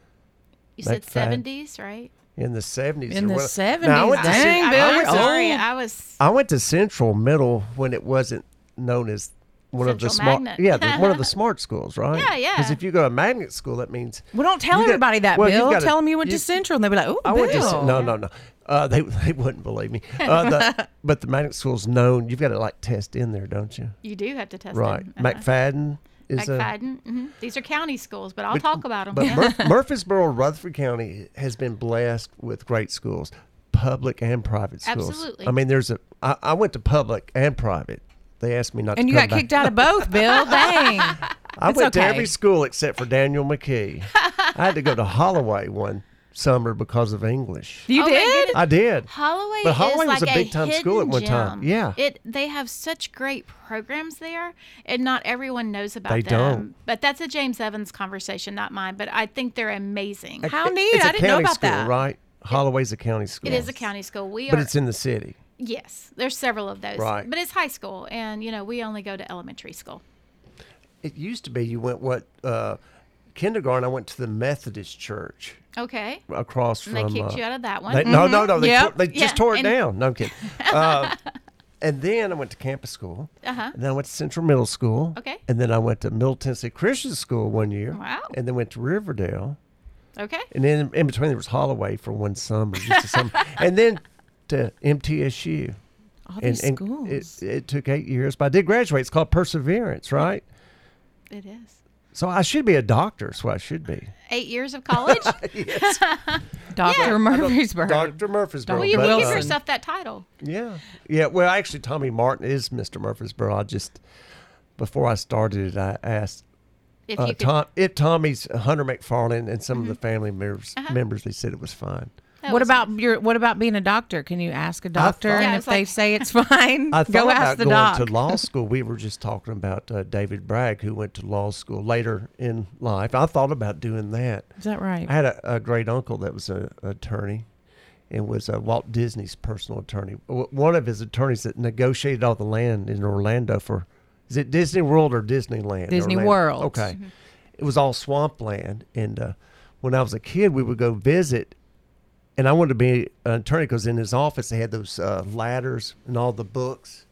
Speaker 6: You
Speaker 5: Back
Speaker 6: said
Speaker 5: then.
Speaker 6: seventies, right?
Speaker 5: In the seventies,
Speaker 4: In the 70s.
Speaker 5: Now, I went, to,
Speaker 4: Dang,
Speaker 6: I,
Speaker 4: Bill,
Speaker 6: am
Speaker 4: we're
Speaker 6: sorry.
Speaker 4: old.
Speaker 6: I was.
Speaker 5: I went to Central Middle when it wasn't known as one of the
Speaker 6: Central
Speaker 5: smart,
Speaker 6: Magnet.
Speaker 5: yeah, the, one of the smart schools, right?
Speaker 6: Yeah, yeah.
Speaker 5: Because if you go to magnet school, that means
Speaker 4: well, don't tell
Speaker 5: You got-
Speaker 4: everybody that,
Speaker 5: well, you've
Speaker 4: Bill.
Speaker 5: gotta-
Speaker 4: Tell them you went
Speaker 5: you-
Speaker 4: to Central and they'll be like, Oh,
Speaker 5: I
Speaker 4: Bill.
Speaker 5: went to Cen- no, no, no. Uh, they they wouldn't believe me. Uh, the, but the magnet school's known. You've got to like test in there, don't you?
Speaker 6: You do have to test
Speaker 5: Right.
Speaker 6: them. Uh-huh.
Speaker 5: McFadden is a-
Speaker 6: McFadden. hmm These are county schools, but I'll talk about them.
Speaker 5: But Mur- Murfreesboro, Rutherford County has been blessed with great schools, public and private schools.
Speaker 6: Absolutely.
Speaker 5: I mean, there's a. I, I went to public and private. They asked me not
Speaker 4: And
Speaker 5: to
Speaker 4: you
Speaker 5: come
Speaker 4: got
Speaker 5: back.
Speaker 4: kicked out of both, Bill. Dang.
Speaker 5: I
Speaker 4: It's
Speaker 5: went to
Speaker 4: okay.
Speaker 5: every school except for Daniel McKee. I had to go to Holloway one summer because of English.
Speaker 4: You
Speaker 6: Oh, they
Speaker 4: did?
Speaker 6: did
Speaker 5: I did.
Speaker 6: Holloway,
Speaker 5: But Holloway
Speaker 6: is
Speaker 5: was
Speaker 6: like
Speaker 5: a big-time school at
Speaker 6: hidden
Speaker 5: one time.
Speaker 6: gem.
Speaker 5: Yeah.
Speaker 6: It they have such great programs there and not everyone knows about
Speaker 5: They
Speaker 6: them.
Speaker 5: don't.
Speaker 6: But that's a James Evans conversation, not mine, but I think they're amazing.
Speaker 4: How
Speaker 5: It-
Speaker 4: neat.
Speaker 5: It's a
Speaker 4: I didn't know
Speaker 5: county
Speaker 4: about
Speaker 5: school,
Speaker 4: that.
Speaker 5: right? Holloway's a county school.
Speaker 6: It is a county school. We
Speaker 5: But
Speaker 6: are
Speaker 5: it's in the city.
Speaker 6: yes. There's several of those.
Speaker 5: Right.
Speaker 6: But it's high school and you know, we only go to elementary school.
Speaker 5: It used to be you went what uh, kindergarten. I went to the Methodist church
Speaker 6: Okay.
Speaker 5: across
Speaker 6: And they
Speaker 5: from.
Speaker 6: kicked
Speaker 5: uh,
Speaker 6: you out of that one. Mm-hmm.
Speaker 5: They, No, no, no. They,
Speaker 4: Yep.
Speaker 5: tore, they
Speaker 6: Yeah,
Speaker 5: just tore it
Speaker 6: and-
Speaker 5: down. No, I'm kidding. Uh, and then I went to campus school.
Speaker 6: Uh-huh.
Speaker 5: And then I went to Central Middle School.
Speaker 6: Okay.
Speaker 5: And then I went to Middle Tennessee Christian School one year.
Speaker 6: Wow.
Speaker 5: And then went to Riverdale.
Speaker 6: Okay.
Speaker 5: And then in between there was Holloway for one summer, just a summer. and then to MTSU.
Speaker 4: All
Speaker 5: And,
Speaker 4: these
Speaker 5: and
Speaker 4: schools.
Speaker 5: it, it took eight years, but I did graduate. It's called Perseverance, right?
Speaker 6: It is.
Speaker 5: So I should be a doctor. That's what I should be.
Speaker 6: Eight years of college?
Speaker 4: Dr. Murfreesboro.
Speaker 5: Doctor Murfreesboro.
Speaker 6: well, you
Speaker 5: but,
Speaker 6: can give
Speaker 5: uh,
Speaker 6: yourself that title.
Speaker 5: Yeah. Yeah. Well, actually, Tommy Martin is Mr. Murfreesboro. I just, before I started it, I asked
Speaker 6: If
Speaker 5: uh,
Speaker 6: you could.
Speaker 5: Tom, if Tommy's uh, Hunter McFarland and some of the family members, members, they said it was fine.
Speaker 6: that
Speaker 4: What
Speaker 6: was-
Speaker 4: about your? What about being a doctor? Can you ask a doctor,
Speaker 5: thought-
Speaker 6: Yeah,
Speaker 4: and
Speaker 6: I
Speaker 4: if
Speaker 6: was
Speaker 4: they
Speaker 6: like-
Speaker 4: say it's fine,
Speaker 5: I thought
Speaker 4: go ask
Speaker 5: about
Speaker 4: the
Speaker 5: going
Speaker 4: doc.
Speaker 5: to law school. We were just talking about uh, David Bragg, who went to law school later in life. I thought about doing that.
Speaker 4: Is that right?
Speaker 5: I had a, a great uncle that was a attorney, and was uh, Walt Disney's personal attorney. W- One of his attorneys that negotiated all the land in Orlando for is it Disney World or Disneyland?
Speaker 4: Disney
Speaker 5: Orlando.
Speaker 4: World. Mm-hmm.
Speaker 5: Okay, it was all swampland, and uh, when I was a kid, we would go visit and I wanted to be an attorney because in his office they had those uh, ladders and all the books.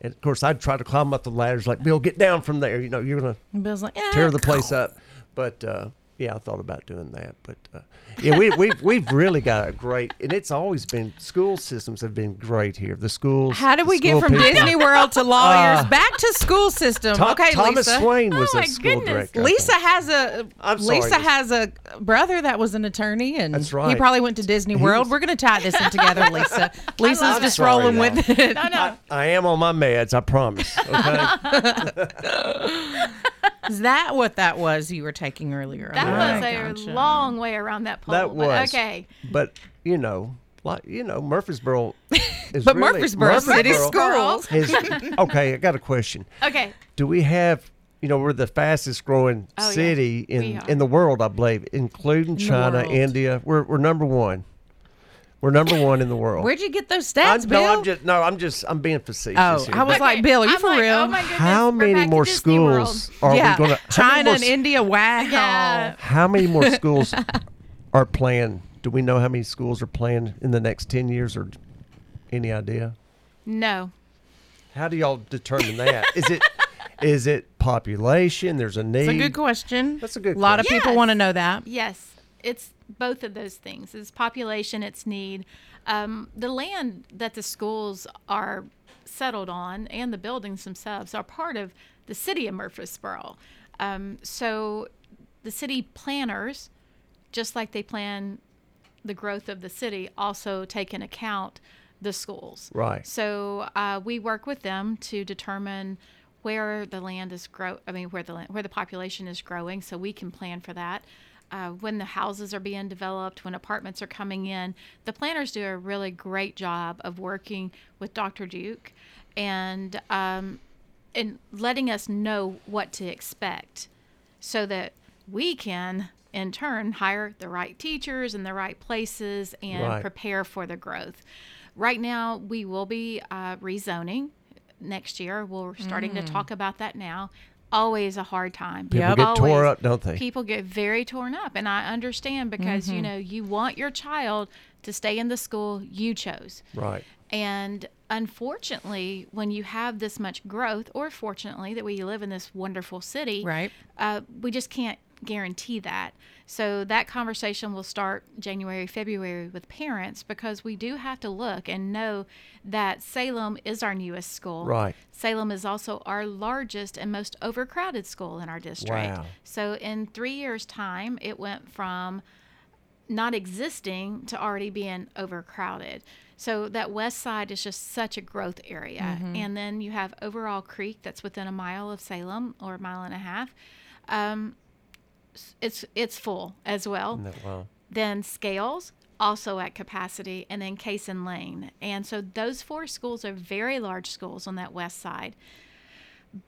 Speaker 5: And of course, I'd try to climb up the ladders like Bill, get down from there. You know, you're gonna
Speaker 4: And Bill's like, "Ah,
Speaker 5: tear the place up. But uh, yeah, I thought about doing that. But uh, yeah, we, we've we've really got a great, and it's always been school systems have been great here. The schools.
Speaker 4: How did
Speaker 5: the
Speaker 4: we get
Speaker 5: school
Speaker 4: from
Speaker 5: people.
Speaker 4: Disney World to lawyers back to school system?
Speaker 5: Tho-
Speaker 4: okay,
Speaker 5: Thomas
Speaker 4: Lisa.
Speaker 5: Swain was
Speaker 6: Oh,
Speaker 5: a
Speaker 6: my
Speaker 5: school
Speaker 6: goodness.
Speaker 5: director. I
Speaker 4: Lisa
Speaker 5: think.
Speaker 4: has a
Speaker 5: I'm sorry,
Speaker 4: Lisa
Speaker 5: Lisa.
Speaker 4: has a brother that was an attorney, and
Speaker 5: That's
Speaker 4: he
Speaker 5: right.
Speaker 4: probably went to Disney World. We're going to tie this in together, Lisa. Lisa's
Speaker 5: it.
Speaker 4: just
Speaker 5: Sorry,
Speaker 4: rolling
Speaker 5: y'all.
Speaker 4: with it.
Speaker 6: No, no.
Speaker 5: I am on my meds. I promise. Okay.
Speaker 4: Is that what that was you were taking earlier?
Speaker 6: That
Speaker 4: Oh,
Speaker 6: was
Speaker 4: I
Speaker 6: a
Speaker 4: gotcha.
Speaker 6: long way around that
Speaker 4: Oh,
Speaker 6: pole.
Speaker 5: that
Speaker 6: but
Speaker 5: was
Speaker 6: okay.
Speaker 5: But you know, like you know, Murfreesboro. Is
Speaker 4: But
Speaker 5: really,
Speaker 4: Murfreesboro City
Speaker 6: Murfreesboro.
Speaker 4: Schools.
Speaker 5: is okay. I got a question.
Speaker 6: Okay.
Speaker 5: do we have you know we're the fastest growing
Speaker 6: Oh, yeah.
Speaker 5: city
Speaker 6: We
Speaker 5: in
Speaker 6: are.
Speaker 5: in the world i believe including
Speaker 4: the
Speaker 5: china
Speaker 4: world.
Speaker 5: india we're, we're number one we're number one in the world
Speaker 4: Where'd you get those
Speaker 5: I,
Speaker 4: stats,
Speaker 5: no
Speaker 4: Bill?
Speaker 5: i'm just no i'm just i'm being facetious
Speaker 4: Oh,
Speaker 5: here.
Speaker 4: I was
Speaker 6: Okay.
Speaker 4: like, Bill, are you
Speaker 6: I'm
Speaker 4: for
Speaker 6: like,
Speaker 4: real?
Speaker 6: Oh my goodness.
Speaker 5: how
Speaker 6: we're back
Speaker 5: many
Speaker 6: to
Speaker 5: more
Speaker 6: Disney World.
Speaker 5: schools are
Speaker 4: yeah,
Speaker 5: we going to
Speaker 4: China and India. Wow.
Speaker 6: Yeah.
Speaker 5: how many more schools are planned do we know how many schools are planned in the next 10 years or any idea
Speaker 6: No.
Speaker 5: how do y'all determine that is it is it population there's a need
Speaker 4: It's a good question.
Speaker 5: That's a good
Speaker 4: A lot of
Speaker 6: question.
Speaker 4: people want to know that.
Speaker 6: Yes, it's both of those things. It's population, it's need. Um, the land that the schools are settled on and the buildings themselves are part of the city of Murfreesboro. Um, so the city planners, just like they plan the growth of the city, also take in account the schools.
Speaker 5: Right.
Speaker 6: So uh, we work with them to determine where the land is grow. I mean, where the land, where the population is growing, so we can plan for that. Uh, when the houses are being developed, when apartments are coming in, the planners do a really great job of working with Dr. Duke and um, and letting us know what to expect, so that we can in turn hire the right teachers in the right places and
Speaker 5: Right.
Speaker 6: prepare prepare for the growth. Right now, we will be uh, rezoning next year. We're starting to talk about that now. Always a hard time.
Speaker 5: People
Speaker 4: Yep.
Speaker 5: get tore
Speaker 6: Always.
Speaker 5: up, don't they?
Speaker 6: People get very torn up, and I understand because you know you want your child to stay in the school you chose.
Speaker 5: right
Speaker 6: And unfortunately, when you have this much growth, or fortunately that we live in this wonderful city,
Speaker 4: Right.
Speaker 6: Uh, we just can't guarantee that. So that conversation will start January, February with parents because we do have to look and know that Salem is our newest school.
Speaker 5: Right.
Speaker 6: Salem is also our largest and most overcrowded school in our district.
Speaker 5: Wow.
Speaker 6: So in three years' time, it went from not existing to already being overcrowded. So that west side is just such a growth area. And then you have Overall Creek that's within a mile of Salem or a mile and a half. Um, s- it's it's full as well.
Speaker 5: No, wow.
Speaker 6: Then Scales also at capacity and then Case and Lane. And so those four schools are very large schools on that west side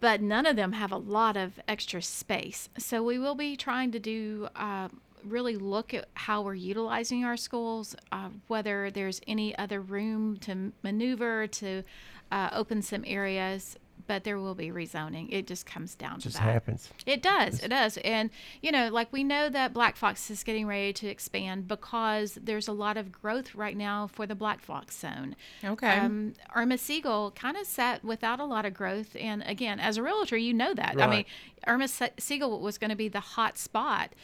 Speaker 6: but none of them have a lot of extra space. So we will be trying to do uh, really look at how we're utilizing our schools, uh, whether there's any other room to maneuver, to uh, open some areas. But there will be rezoning. It just comes down to
Speaker 5: just
Speaker 6: that.
Speaker 5: happens
Speaker 6: It does. It does. And, you know, like we know that Black Fox is getting ready to expand because there's a lot of growth right now for the Black Fox zone.
Speaker 4: Okay.
Speaker 6: Um, Irma Siegel kind of sat without a lot of growth. And again, as a realtor, you know that. I mean,
Speaker 5: Right.
Speaker 6: Irma Se- Siegel was going to be the hot spot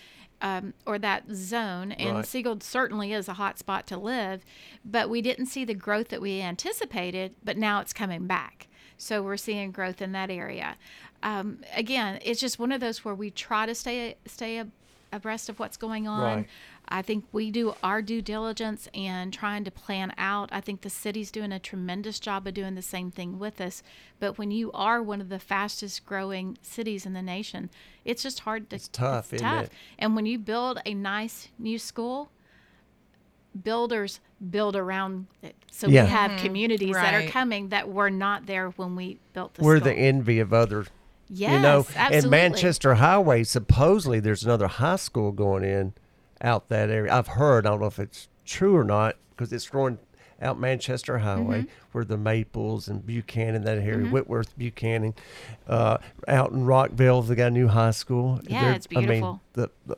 Speaker 6: um, or that zone. And
Speaker 5: Right.
Speaker 6: Siegel certainly is a hot spot to live. But we didn't see the growth that we anticipated, but now it's coming back. So we're seeing growth in that area. Um, again, it's just one of those where we try to stay stay ab- abreast of what's going on.
Speaker 5: Right.
Speaker 6: I think we do our due diligence and trying to plan out. I think the city's doing a tremendous job of doing the same thing with us. But when you are one of the fastest growing cities in the nation, it's just hard to. It's
Speaker 5: tough, isn't it?
Speaker 6: And when you build a nice new school, builders build around it. So
Speaker 5: Yeah.
Speaker 6: we have communities that
Speaker 4: Right.
Speaker 6: are coming that were not there when we built the
Speaker 5: we're
Speaker 6: school.
Speaker 5: the envy of other
Speaker 6: yes,
Speaker 5: you know
Speaker 6: absolutely.
Speaker 5: and manchester highway supposedly there's another high school going in out that area i've heard i don't know if it's true or not because it's going out manchester highway
Speaker 6: Mm-hmm.
Speaker 5: where the maples and buchanan that area whitworth buchanan uh, out in rockville they got a new high school
Speaker 6: Yeah,
Speaker 5: They're-
Speaker 6: it's
Speaker 5: i mean
Speaker 6: beautiful.
Speaker 5: the, the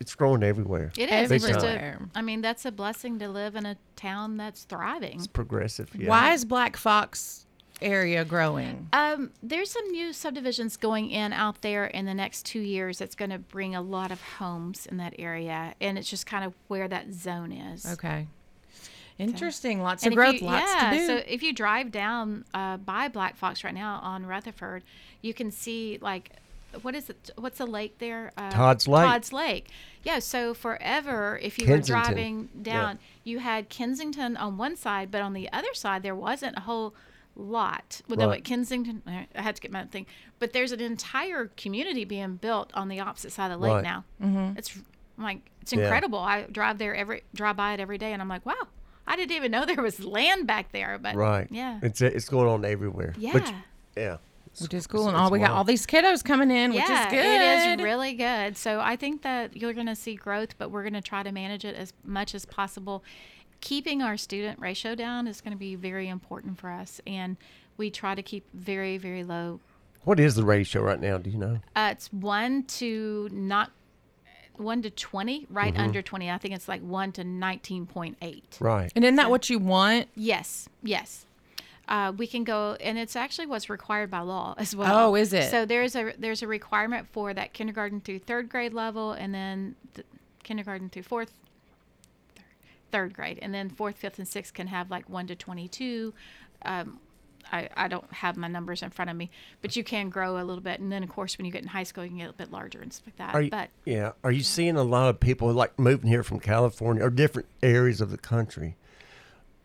Speaker 5: it's growing everywhere.
Speaker 6: It is. It's just a,
Speaker 4: Everywhere.
Speaker 6: I mean, that's a blessing to live in a town that's thriving.
Speaker 5: It's progressive. Yeah.
Speaker 4: Why is Black Fox area growing?
Speaker 6: Um, there's some new subdivisions going in out there in the next two years that's going to bring a lot of homes in that area, and it's just kind of where that zone is.
Speaker 4: Okay. Interesting. Lots
Speaker 6: And
Speaker 4: of
Speaker 6: if
Speaker 4: growth,
Speaker 6: you-
Speaker 4: lots
Speaker 6: yeah,
Speaker 4: to do.
Speaker 6: So if you drive down uh, by Black Fox right now on Rutherford, you can see like what is it? What's the lake there? Uh,
Speaker 5: Todd's Lake.
Speaker 6: Todd's Lake. Yeah. So forever, if you
Speaker 5: Kensington.
Speaker 6: were driving down, you had Kensington on one side, but on the other side there wasn't a whole lot. Well, no,
Speaker 5: Right.
Speaker 6: at Kensington, I had to get my thing. But there's an entire community being built on the opposite side of the lake
Speaker 5: Right.
Speaker 6: now. Mm-hmm. It's I'm like it's incredible. I drive there every drive by it every day, and I'm like, wow, I didn't even know there was land back there. But
Speaker 5: Right.
Speaker 6: yeah,
Speaker 5: It's it's going on everywhere. But-
Speaker 6: Yeah.
Speaker 5: yeah.
Speaker 4: which is cool and all. We got all
Speaker 5: wild.
Speaker 4: these kiddos coming in, which
Speaker 6: yeah,
Speaker 4: is good.
Speaker 6: it is really good. So I think that you're going to see growth, but we're going to try to manage it as much as possible. Keeping our student ratio down is going to be very important for us, and we try to keep very very low.
Speaker 5: What is the ratio right now? Do you know?
Speaker 6: Uh, it's one to not. One to twenty, right under twenty. I think it's like one to nineteen point eight.
Speaker 5: Right.
Speaker 4: And isn't that what you want?
Speaker 6: Yes, yes. Uh, we can go, and it's actually what's required by law as well.
Speaker 4: Oh, is it?
Speaker 6: So there's a there's a requirement for that kindergarten through third grade level, and then th- kindergarten through fourth, third grade, and then fourth, fifth, and sixth can have like one to twenty two. Um, I, I don't have my numbers in front of me, but you can grow a little bit, and then of course when you get in high school, you can get a bit larger and stuff like that.
Speaker 5: Are you,
Speaker 6: but
Speaker 5: yeah. Are you seeing a lot of people like moving here from California or different areas of the country?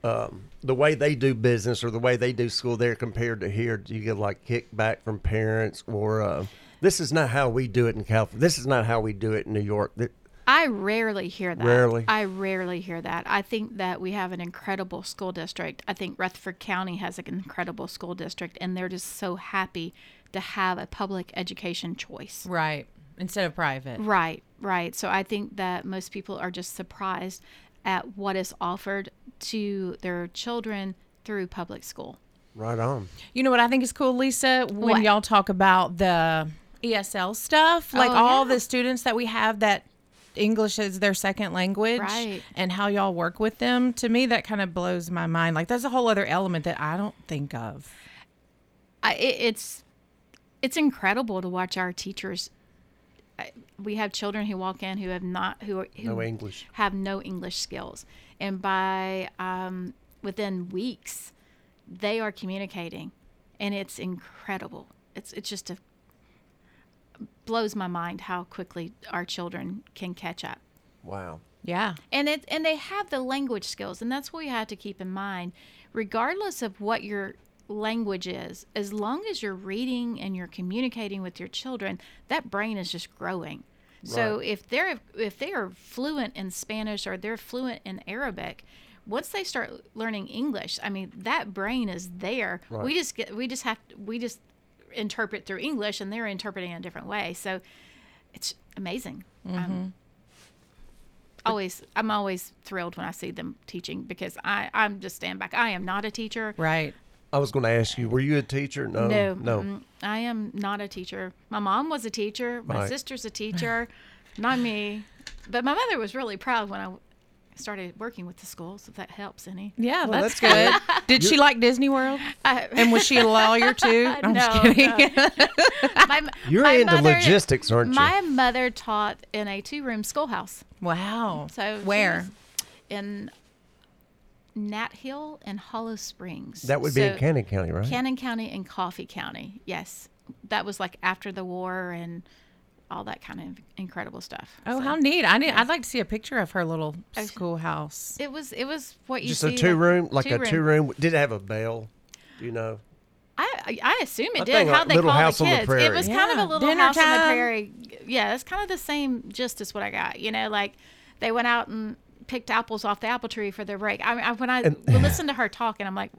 Speaker 5: Um, the way they do business or the way they do school there compared to here, do you get like kickback from parents or uh, this is not how we do it in California? This is not how we do it in New York. Th-
Speaker 6: I rarely hear that.
Speaker 5: Rarely.
Speaker 6: I rarely hear that. I think that we have an incredible school district. I think Rutherford County has an incredible school district, and they're just so happy to have a public education choice.
Speaker 4: Right. Instead of private.
Speaker 6: Right, right. So I think that most people are just surprised at what is offered to their children through public school.
Speaker 5: Right on.
Speaker 4: You know what I think is cool, Lisa? When
Speaker 6: What?
Speaker 4: y'all talk about the ESL stuff, like
Speaker 6: Oh,
Speaker 4: all
Speaker 6: yeah.
Speaker 4: the students that we have that English is their second language
Speaker 6: Right.
Speaker 4: and how y'all work with them, to me, that kind of blows my mind. Like, that's a whole other element that I don't think of.
Speaker 6: I, it, it's it's incredible to watch our teachers. I- We have children who walk in who have not who, are- who
Speaker 5: No English.
Speaker 6: have no English skills, and by um, within weeks, they are communicating, and it's incredible. It's it's just a blows my mind how quickly our children can catch up
Speaker 5: Wow.
Speaker 4: Yeah.
Speaker 6: and it and they have the language skills and that's what we have to keep in mind regardless of what your language is as long as you're reading and you're communicating with your children that brain is just growing so if they're if they are fluent in spanish or they're fluent in arabic once they start learning english i mean that brain is there we just get we just have we just interpret through english and they're interpreting in a different way so it's amazing um, always i'm always thrilled when i see them teaching because i i'm just stand back i am not a teacher
Speaker 4: Right.
Speaker 5: I was going to ask you, were you a teacher? No.
Speaker 6: no
Speaker 5: No.
Speaker 6: mm, i am not a teacher my mom was a teacher my
Speaker 5: Right.
Speaker 6: sister's a teacher not me but my mother was really proud when i w- started working with the schools if that helps any
Speaker 4: Yeah,
Speaker 5: Well,
Speaker 4: that's,
Speaker 5: that's
Speaker 4: good. Did she like Disney World?
Speaker 6: I-
Speaker 4: and was she a lawyer too? No, I'm just
Speaker 6: No,
Speaker 4: kidding.
Speaker 6: my, m-
Speaker 5: You're
Speaker 6: my
Speaker 5: into
Speaker 6: mother-
Speaker 5: logistics, aren't you?
Speaker 6: my mother taught in a two-room schoolhouse
Speaker 4: wow.
Speaker 6: So she
Speaker 4: where?
Speaker 6: was in nat hill and hollow springs
Speaker 5: that would be in
Speaker 6: So-
Speaker 5: Cannon County, right?
Speaker 6: Cannon County and Coffee County. Yes. That was like after the war and all that kind of incredible stuff.
Speaker 4: Oh,
Speaker 6: So
Speaker 4: how neat! I need, I'd like to see a picture of her little schoolhouse.
Speaker 6: it was it was what you
Speaker 5: Just
Speaker 6: see
Speaker 5: a
Speaker 6: like-
Speaker 5: two room, like a
Speaker 6: two-room.
Speaker 5: two room. Did it have a bell? Do you know?
Speaker 6: I I I assume it
Speaker 5: I
Speaker 6: did.
Speaker 5: think,
Speaker 6: How
Speaker 5: like,
Speaker 6: they
Speaker 5: Little
Speaker 6: call
Speaker 5: House
Speaker 6: the
Speaker 5: on the
Speaker 6: kids.
Speaker 5: Prairie.
Speaker 6: it was kind
Speaker 4: Yeah,
Speaker 6: of a little
Speaker 4: dinner
Speaker 6: house on the
Speaker 4: time.
Speaker 6: prairie. Yeah, it's kind of the same gist as what I got. You know, like they went out and picked apples off the apple tree for their break. I, I when I listened to her talk, and I'm like,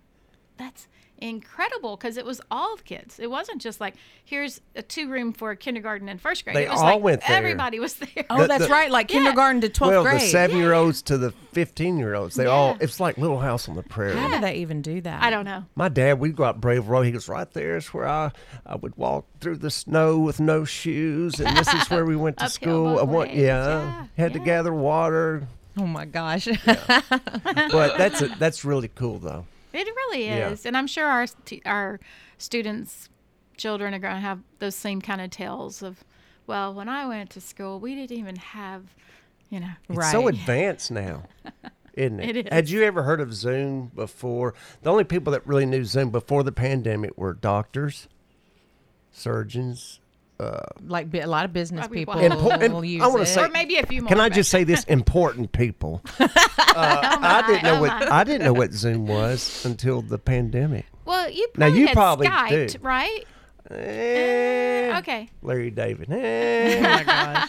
Speaker 6: that's incredible because it was all kids. It wasn't just like here's a two room for kindergarten and first grade.
Speaker 5: They
Speaker 6: it was
Speaker 5: all
Speaker 6: like
Speaker 5: went there.
Speaker 6: Everybody was there.
Speaker 4: Oh,
Speaker 5: The-
Speaker 4: that's
Speaker 5: the-
Speaker 4: right. Like kindergarten to 12th
Speaker 5: well,
Speaker 4: grade.
Speaker 5: the seven year olds to the 15 year olds, they all,
Speaker 6: Yeah.
Speaker 5: it's like Little House on the Prairie.
Speaker 4: How do they even do that?
Speaker 6: I don't know.
Speaker 5: My dad, we'd go out Brave Road. He goes, right there is where I, I would walk through the snow with no shoes. And this is where we went to
Speaker 6: Uphill
Speaker 5: school.
Speaker 6: both
Speaker 5: I want,
Speaker 6: ways.
Speaker 5: yeah,
Speaker 6: Yeah,
Speaker 5: Had to
Speaker 6: yeah.
Speaker 5: gather water.
Speaker 4: Oh my gosh.
Speaker 5: But that's a, that's really cool, though.
Speaker 6: It really
Speaker 5: Yeah.
Speaker 6: is, and I'm sure our st- our students, children are going to have those same kind of tales of, well, when I went to school, we didn't even have, you know,
Speaker 5: It's
Speaker 4: right.
Speaker 5: so advanced now, isn't it?
Speaker 6: It is.
Speaker 5: Had you ever heard of Zoom before? The only people that really knew Zoom before the pandemic were doctors, surgeons.
Speaker 4: like bi- a lot of business
Speaker 6: Probably
Speaker 4: people
Speaker 6: why. And
Speaker 5: po- and
Speaker 4: will use
Speaker 5: I wanna
Speaker 4: it.
Speaker 5: say-
Speaker 6: or maybe a few more.
Speaker 5: Can I
Speaker 6: but-
Speaker 5: just say this? Important people. Uh, I didn't know
Speaker 6: oh
Speaker 5: what I didn't know what Zoom was until the pandemic.
Speaker 6: Well, you
Speaker 5: Now,
Speaker 6: probably
Speaker 5: you
Speaker 6: had
Speaker 5: probably
Speaker 6: Skyped,
Speaker 5: do.
Speaker 6: right?
Speaker 5: Eh,
Speaker 6: okay. Oh
Speaker 5: Larry David. Eh.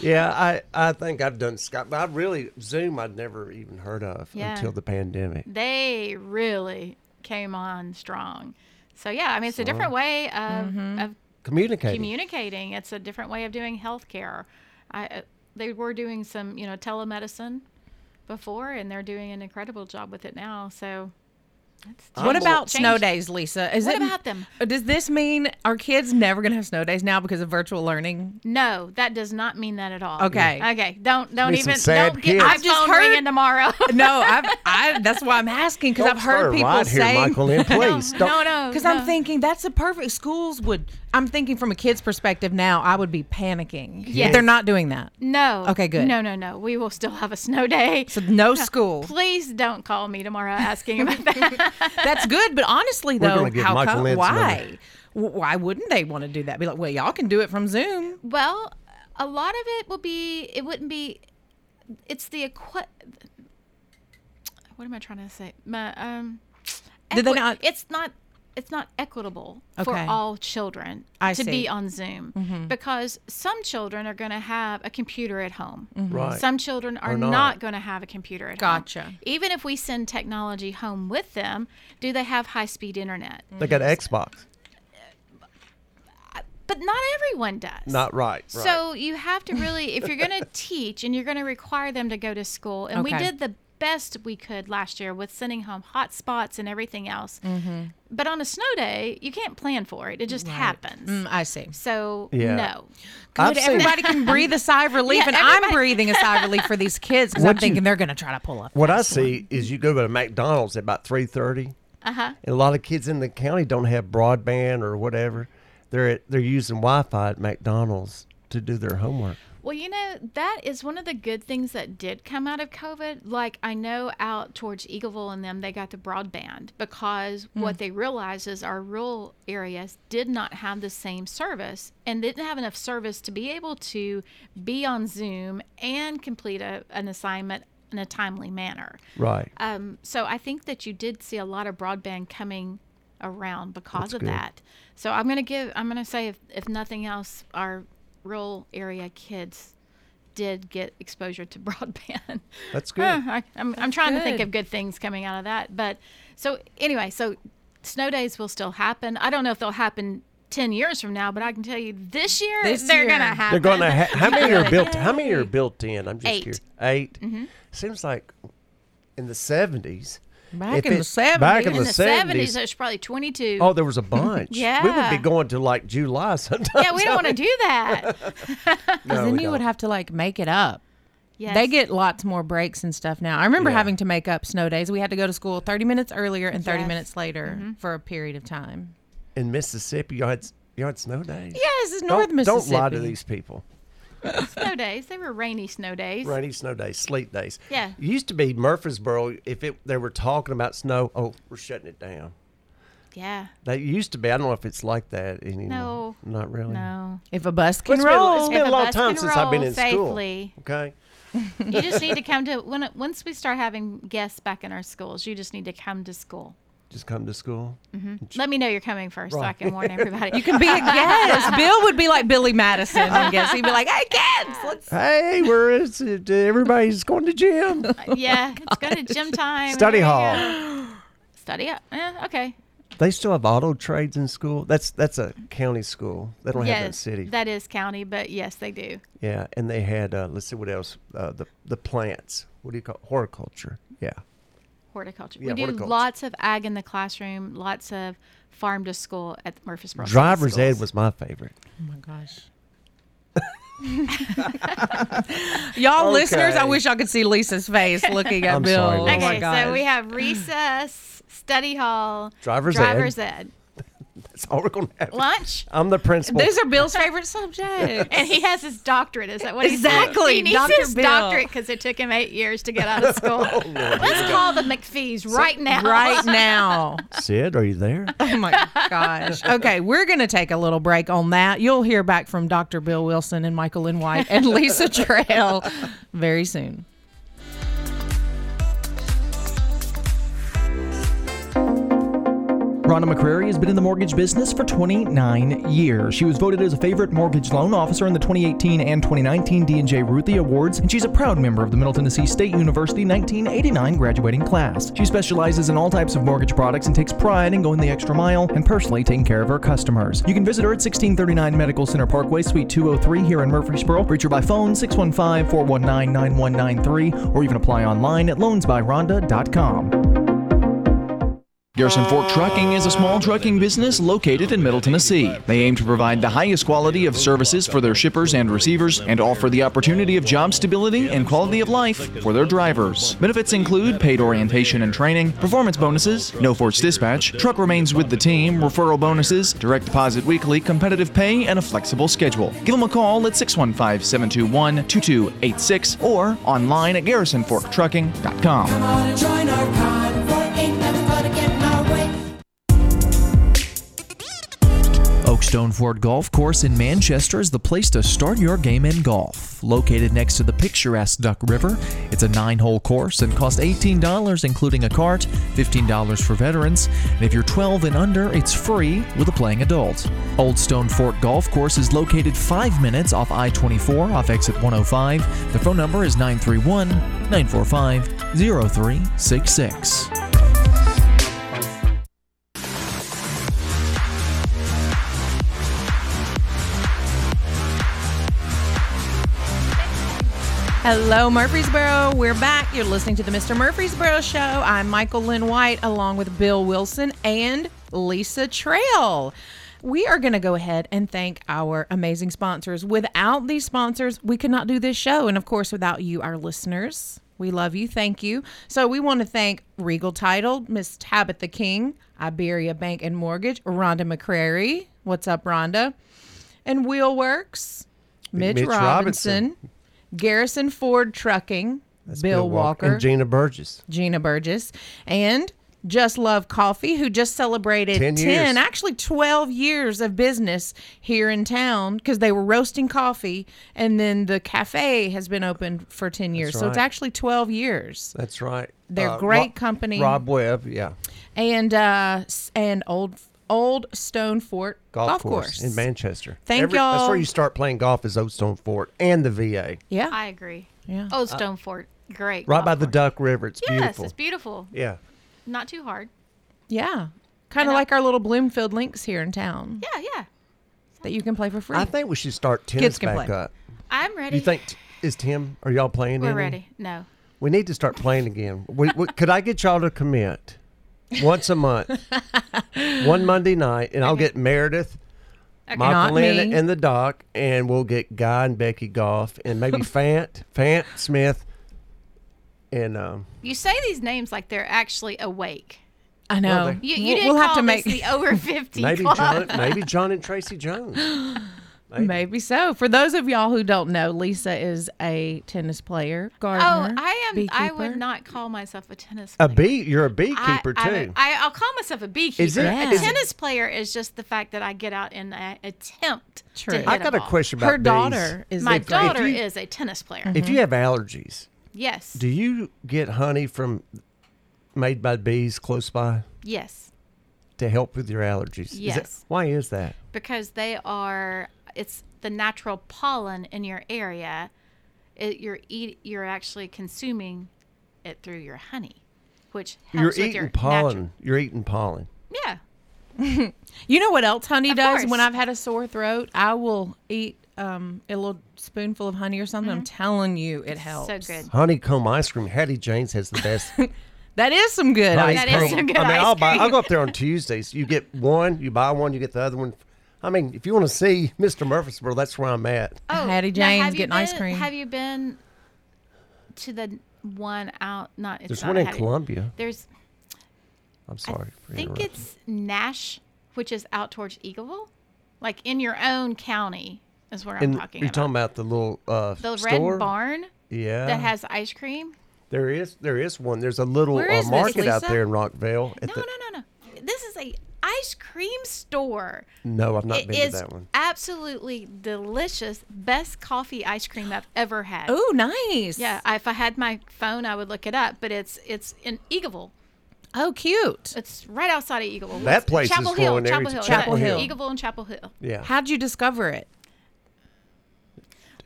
Speaker 5: Yeah, I, I think I've done Skype, but I really Zoom I'd never even heard of
Speaker 6: Yeah.
Speaker 5: until the pandemic.
Speaker 6: They really came on strong. So yeah, I mean, it's a different way of of
Speaker 5: Communicating.
Speaker 6: communicating. It's a different way of doing healthcare. I uh, they were doing some, you know, telemedicine before, and they're doing an incredible job with it now. So, it's
Speaker 4: What
Speaker 6: changed-
Speaker 4: about snow
Speaker 6: changed.
Speaker 4: days, Lisa? Is
Speaker 6: What
Speaker 4: it, uh,
Speaker 6: about them?
Speaker 4: Does this mean our kids never going to have snow days now because of virtual learning?
Speaker 6: No, that does not mean that at all.
Speaker 4: Okay.
Speaker 6: okay. Don't don't
Speaker 5: Be some
Speaker 6: even
Speaker 5: sad
Speaker 6: don't
Speaker 5: kids.
Speaker 6: get my
Speaker 5: I've
Speaker 4: just
Speaker 6: phone
Speaker 4: heard-
Speaker 6: ringing tomorrow.
Speaker 4: No, I've, I. That's why I'm asking because I've heard people
Speaker 5: right
Speaker 4: say.
Speaker 5: here, Michael, and please don't.
Speaker 6: no, no,
Speaker 4: Because
Speaker 6: no.
Speaker 4: I'm thinking that's the perfect schools would. I'm thinking from a kid's perspective now, I would be panicking. Yeah,
Speaker 6: Yes.
Speaker 4: they're not doing that.
Speaker 6: no.
Speaker 4: Okay, good.
Speaker 6: No, no, no. We will still have a snow day.
Speaker 4: So no school.
Speaker 6: Please don't call me tomorrow asking about that.
Speaker 4: That's good, but honestly
Speaker 5: We're
Speaker 4: though,
Speaker 5: gonna give
Speaker 4: how
Speaker 5: Michael
Speaker 4: come?
Speaker 5: Lentz
Speaker 4: Why? W- Why wouldn't they want to do that? Be like, well, y'all can do it from Zoom.
Speaker 6: Well, a lot of it will be. It wouldn't be. It's the equi- What am I trying to say? My, um,
Speaker 4: Did they
Speaker 6: equi-
Speaker 4: not-
Speaker 6: It's not. It's not equitable for
Speaker 4: Okay.
Speaker 6: all children
Speaker 4: I see.
Speaker 6: to
Speaker 4: Mm-hmm.
Speaker 6: be on Zoom because some children are going to have a computer at home.
Speaker 5: Right.
Speaker 6: Some children are
Speaker 5: Or
Speaker 6: not,
Speaker 5: not.
Speaker 6: going to have a computer at home.
Speaker 4: Mm-hmm. Gotcha.
Speaker 6: Even if we send technology home with them, do they have high-speed internet?
Speaker 4: Mm.
Speaker 5: They got Xbox.
Speaker 6: But not everyone does.
Speaker 5: Not right. right.
Speaker 6: So you have to really, if you're going to teach and you're going to require them to go to school, and we
Speaker 4: Okay.
Speaker 6: did the best we could last year with sending home hotspots and everything else. But on a snow day, you can't plan for it; it just happens.
Speaker 4: Mm, I see.
Speaker 6: So
Speaker 5: Yeah.
Speaker 6: no,
Speaker 5: I've
Speaker 4: Good,
Speaker 5: seen-
Speaker 4: everybody can breathe a sigh of relief,
Speaker 6: Yeah,
Speaker 4: and I'm
Speaker 6: everybody-
Speaker 4: breathing a sigh of relief for these kids because I'm
Speaker 5: What you-
Speaker 4: thinking they're going to try to pull up.
Speaker 5: What I see is you go to McDonald's at about three thirty, uh-huh. and a lot of kids in the county don't have broadband or whatever. They're at, they're using Wi-Fi at McDonald's to do their homework.
Speaker 6: Well, you know, that is one of the good things that did come out of COVID. Like, I know out towards Eagleville and them, they got the broadband because what they realized is our rural areas did not have the same service and didn't have enough service to be able to be on Zoom and complete a, an assignment in a timely manner.
Speaker 5: Right.
Speaker 6: Um, so I think that you did see a lot of broadband coming around because of
Speaker 5: good.
Speaker 6: that. So I'm gonna give I'm gonna say if, if nothing else, our rural area kids did get exposure to broadband.
Speaker 5: That's good.
Speaker 6: I, am I'm trying to think
Speaker 4: good.
Speaker 6: of good things coming out of that. But so anyway, so snow days will still happen. I don't know if they'll happen ten years from now, but I can tell you this year
Speaker 4: This
Speaker 6: they're
Speaker 4: year.
Speaker 6: gonna happen.
Speaker 5: They're going to. Ha- how many are
Speaker 6: Good.
Speaker 5: built? How many are built in? I'm just
Speaker 6: Eight. Mm-hmm.
Speaker 5: curious. 8 Seems like in the seventies.
Speaker 4: Back in the
Speaker 5: Back
Speaker 4: 70s.
Speaker 5: in
Speaker 6: in
Speaker 5: the
Speaker 6: the seventies,
Speaker 5: seventies.
Speaker 6: there's probably twenty two.
Speaker 5: Oh, there was a bunch. We would
Speaker 6: Yeah.
Speaker 5: be going to like July sometimes.
Speaker 6: yeah, we don't want to do that.
Speaker 5: No,
Speaker 4: then
Speaker 5: we
Speaker 4: you would
Speaker 5: don't.
Speaker 4: have to like make it up.
Speaker 6: Yes.
Speaker 4: They get lots more breaks and stuff now. I remember
Speaker 5: Yeah.
Speaker 4: having to make up snow days. We had to go to school 30 minutes earlier and 30
Speaker 6: Yes.
Speaker 4: minutes later for a period of time.
Speaker 5: in Mississippi. You had you had snow days.
Speaker 4: Yes, it's North
Speaker 5: Don't,
Speaker 4: Mississippi.
Speaker 5: don't lie to these people.
Speaker 6: snow days. They were rainy snow days.
Speaker 5: Rainy snow days, sleet days.
Speaker 6: Yeah.
Speaker 5: It used to be Murfreesboro. If it they were talking about snow, oh, we're shutting it down.
Speaker 6: Yeah.
Speaker 5: That used to be. I don't know if it's like that anymore.
Speaker 6: No.
Speaker 5: not really.
Speaker 6: No.
Speaker 4: If a bus can
Speaker 5: It's been,
Speaker 4: roll,
Speaker 5: it's been
Speaker 6: If
Speaker 5: a
Speaker 6: a
Speaker 5: long
Speaker 6: bus
Speaker 5: time
Speaker 6: can
Speaker 5: since I've been
Speaker 6: roll
Speaker 5: in
Speaker 6: safely.
Speaker 5: school. Okay.
Speaker 6: You just need to come to when once we start having guests back in our schools, you just need to come to school.
Speaker 5: Just come to school.
Speaker 6: Mm. Let me know you're coming first so I
Speaker 5: Right.
Speaker 6: can warn everybody. you
Speaker 4: can be a guest. Bill would be like Billy Madison, I guess. He'd be like, hey, kids, let's.
Speaker 5: Hey, where is it? Everybody's going to gym.
Speaker 6: Yeah, it's going to gym time.
Speaker 5: Study
Speaker 6: There you
Speaker 5: hall.
Speaker 6: go. Study. ho- Eh, okay.
Speaker 5: They still have auto trades in school. That's that's a county school. They don't have that in city.
Speaker 6: that is county, but yes, they do.
Speaker 5: yeah, and they had uh, let's see what else. Uh, the the plants. What do you call horticulture? Yeah,
Speaker 6: Horticulture.
Speaker 5: Yeah,
Speaker 6: we do
Speaker 5: horticulture.
Speaker 6: lots of ag in the classroom, lots of farm to school at the Murfreesboro. City
Speaker 5: driver's ed
Speaker 6: Schools.
Speaker 5: was my favorite.
Speaker 4: Oh my gosh. y'all listeners, I
Speaker 5: Okay.
Speaker 4: wish y'all could see Lisa's face looking at
Speaker 5: I'm
Speaker 4: Bill.
Speaker 5: sorry,
Speaker 4: oh
Speaker 5: Lisa.
Speaker 4: my
Speaker 6: Okay,
Speaker 4: gosh.
Speaker 6: so we have recess, study hall,
Speaker 5: Driver's ed.
Speaker 6: driver's ed,
Speaker 5: That's all we're gonna have.
Speaker 6: lunch,
Speaker 5: I'm the principal.
Speaker 4: These are Bill's favorite subjects.
Speaker 6: and he has his doctorate. Is that what he said?
Speaker 4: Exactly,
Speaker 6: He needs
Speaker 4: Dr.
Speaker 6: his
Speaker 4: Bill.
Speaker 6: doctorate because it took him eight years to get out of school.
Speaker 5: Oh,
Speaker 6: Let's call the McPhees right now.
Speaker 4: right now.
Speaker 5: Sid, are you there?
Speaker 4: Oh my gosh. Okay, we're going to take a little break on that. You'll hear back from Dr. Bill Wilson and Michael Lynn White and Lisa Trail very soon.
Speaker 9: Rhonda McCrary has been in the mortgage business for 29 years. She was voted as a favorite mortgage loan officer in the 2018 and 2019 D&J Ruthie Awards, and she's a proud member of the Middle Tennessee State University 1989 graduating class. She specializes in all types of mortgage products and takes pride in going the extra mile and personally taking care of her customers. You can visit her at 1639 Medical Center Parkway, Suite 203 here in Murfreesboro. Reach her by phone 615-419-9193 or even apply online at loansbyrhonda.com. Garrison Fort Trucking is a small trucking business located in Middle Tennessee. They aim to provide the highest quality of services for their shippers and receivers and offer the opportunity of job stability and quality of life for their drivers. Benefits include paid orientation and training, performance bonuses, no force dispatch, truck remains with the team, referral bonuses, direct deposit weekly, competitive pay, and a flexible schedule. Give them a call at 615 721 2286 or online at garrisonforttrucking.com. Oakstone Ford Golf Course in Manchester is the place to start your game in golf. Located next to the picturesque Duck River, it's a nine hole course and costs $18, including a cart, $15 for veterans, and if you're 12 and under, it's free with a playing adult. Old Stone Fort Golf Course is located five minutes off I 24 off exit 105. The phone number is 931 945 0366.
Speaker 4: Hello, Murfreesboro. We're back. You're listening to the Mr. Murfreesboro Show. I'm Michael Lynn White along with Bill Wilson and Lisa Trail. We are going to go ahead and thank our amazing sponsors. Without these sponsors, we could not do this show. And of course, without you, our listeners, we love you. Thank you. So we want to thank Regal Title, Miss Tabitha King, Iberia Bank and Mortgage, Rhonda McCrary. What's up, Rhonda? And Wheelworks, Mitch,
Speaker 5: Mitch
Speaker 4: Robinson.
Speaker 5: Robinson.
Speaker 4: Garrison Ford Trucking, Bill, Walker,
Speaker 5: and Gina Burgess.
Speaker 4: Gina Burgess, and Just Love Coffee, who just celebrated 10,
Speaker 5: 10 years.
Speaker 4: actually 12 years of business here in town because they were roasting coffee. And then the cafe has been open for 10 years. So it's
Speaker 5: right.
Speaker 4: actually 12 years.
Speaker 5: That's right. Uh,
Speaker 4: They're
Speaker 5: Ro-
Speaker 4: great company.
Speaker 5: Rob Webb, yeah.
Speaker 4: And, uh, s- and Old, Old Stone Fort Golf, Course.
Speaker 5: in Manchester.
Speaker 4: Thank y'all.
Speaker 5: That's where you start playing golf is Oakstone Fort and the VA,
Speaker 4: yeah.
Speaker 6: I agree.
Speaker 4: Yeah.
Speaker 6: Old Stone Fort, great.
Speaker 5: Uh, right
Speaker 6: golf
Speaker 5: by the
Speaker 6: course.
Speaker 5: Duck River. It's
Speaker 6: Yes,
Speaker 5: beautiful.
Speaker 6: it's beautiful.
Speaker 5: yeah,
Speaker 6: Not too hard.
Speaker 4: yeah. Kind of
Speaker 6: And I-
Speaker 4: like our little Bloomfield links here in town
Speaker 6: Yeah, yeah.
Speaker 4: that you can play for free.
Speaker 5: I think we should start tennis
Speaker 4: Kids can
Speaker 5: back
Speaker 4: play.
Speaker 5: up.
Speaker 6: I'm ready.
Speaker 5: You think t- is Tim? Are y'all playing?
Speaker 6: we're
Speaker 5: any?
Speaker 6: ready? No.
Speaker 5: We need to start playing again. We, we, could I get y'all to commit once a month, one Monday night, and I'll get Meredith.
Speaker 4: Not
Speaker 5: Michael Lynn
Speaker 4: me.
Speaker 5: and the doc, and we'll get Guy and Becky Goff, and maybe Fant, Fant Smith, and um,
Speaker 6: You say these names like they're actually awake.
Speaker 4: I know.
Speaker 5: they-
Speaker 6: You,
Speaker 4: We'll-
Speaker 6: you didn't
Speaker 4: we'll
Speaker 6: call
Speaker 4: have to
Speaker 6: this
Speaker 4: make
Speaker 6: the over 50
Speaker 5: maybe
Speaker 6: club.
Speaker 5: John, maybe John and Tracy Jones. Maybe.
Speaker 4: Maybe so. For those of y'all who don't know, Lisa is a tennis player,
Speaker 6: Oh,
Speaker 4: gardener.
Speaker 6: I am. I would
Speaker 4: beekeeper.
Speaker 6: not call myself a tennis.
Speaker 5: A
Speaker 6: player.
Speaker 5: bee, you're a
Speaker 6: I-
Speaker 5: beekeeper
Speaker 6: I'm a-
Speaker 5: too.
Speaker 6: I, I'll call myself a beekeeper.
Speaker 5: Is it-
Speaker 4: Yeah.
Speaker 6: A
Speaker 4: is it-
Speaker 6: tennis player is just the fact that I get out and I attempt.
Speaker 4: True.
Speaker 6: To hit
Speaker 4: I
Speaker 5: I got a
Speaker 6: ball.
Speaker 5: question about
Speaker 4: Her
Speaker 5: bees.
Speaker 4: daughter is
Speaker 6: My
Speaker 4: a gardener.
Speaker 6: daughter
Speaker 5: you-
Speaker 6: is a tennis player.
Speaker 4: Mm-hmm.
Speaker 5: If you have allergies,
Speaker 6: Yes.
Speaker 5: do you get honey from made by bees close by
Speaker 6: yes.
Speaker 5: to help with your allergies? Is that-
Speaker 6: Yes.
Speaker 5: why is that?
Speaker 6: Because they are. It's the natural pollen in your area. It, you're eat. You're actually consuming it through your honey, which helps
Speaker 5: you're
Speaker 6: with
Speaker 5: eating
Speaker 6: your
Speaker 5: pollen.
Speaker 6: Natural,
Speaker 5: You're eating pollen.
Speaker 6: yeah.
Speaker 4: You know what else honey
Speaker 6: Of
Speaker 4: does
Speaker 6: course.
Speaker 4: when I've had a sore throat? I will eat um, a little spoonful of honey or something. I'm telling you, it helps.
Speaker 6: Mm-hmm. So good.
Speaker 5: Honeycomb ice cream. Hattie Jane's has the best.
Speaker 4: That is some good.
Speaker 5: ice
Speaker 4: ice
Speaker 6: is
Speaker 5: cream.
Speaker 6: some good
Speaker 5: I mean, I'll
Speaker 6: ice
Speaker 5: buy.
Speaker 6: cream.
Speaker 5: I'll go up there on Tuesdays. You get one, you buy one, you get the other one. I mean, if you want to see Mr. Murfreesboro, that's where I'm at.
Speaker 4: Hattie
Speaker 6: Oh, now, have
Speaker 4: Jane's
Speaker 6: you
Speaker 4: getting ice
Speaker 6: been-
Speaker 4: cream.
Speaker 6: Have you been to the one out? Not it's
Speaker 5: There's
Speaker 6: not
Speaker 5: one
Speaker 6: a
Speaker 5: in
Speaker 6: Hattie-
Speaker 5: Columbia.
Speaker 6: There's
Speaker 5: I'm sorry. for
Speaker 6: I think
Speaker 5: interrupting.
Speaker 6: it's Nash, which is out towards Eagleville, like in your own county is where I'm
Speaker 5: And
Speaker 6: talking
Speaker 5: you're
Speaker 6: about.
Speaker 5: talking about the little uh,
Speaker 6: the
Speaker 5: store?
Speaker 6: Red Barn
Speaker 5: Yeah.
Speaker 6: that has ice cream.
Speaker 5: There is there is one. There's a little
Speaker 4: Where
Speaker 5: uh,
Speaker 4: is this,
Speaker 5: market out
Speaker 4: Lisa?
Speaker 5: there in Rockville. At
Speaker 6: No,
Speaker 5: the,
Speaker 6: no, no, no. This is a ice cream store.
Speaker 5: no. I've not
Speaker 6: It
Speaker 5: been to
Speaker 6: is
Speaker 5: that one.
Speaker 6: absolutely delicious. Best coffee ice cream I've ever had.
Speaker 4: Oh, nice.
Speaker 6: Yeah, I- if I had my phone, I would look it up. But it's it's in Eagleville.
Speaker 4: Oh, cute.
Speaker 6: It's right outside of Eagleville.
Speaker 5: That
Speaker 6: It's
Speaker 5: place is
Speaker 6: Chapel
Speaker 5: going
Speaker 6: Hill.
Speaker 5: there.
Speaker 6: Chapel
Speaker 5: It's
Speaker 6: Hill.
Speaker 5: Chapel
Speaker 6: yeah.
Speaker 5: Hill.
Speaker 6: Eagleville and Chapel Hill.
Speaker 5: Yeah.
Speaker 4: How'd you discover it?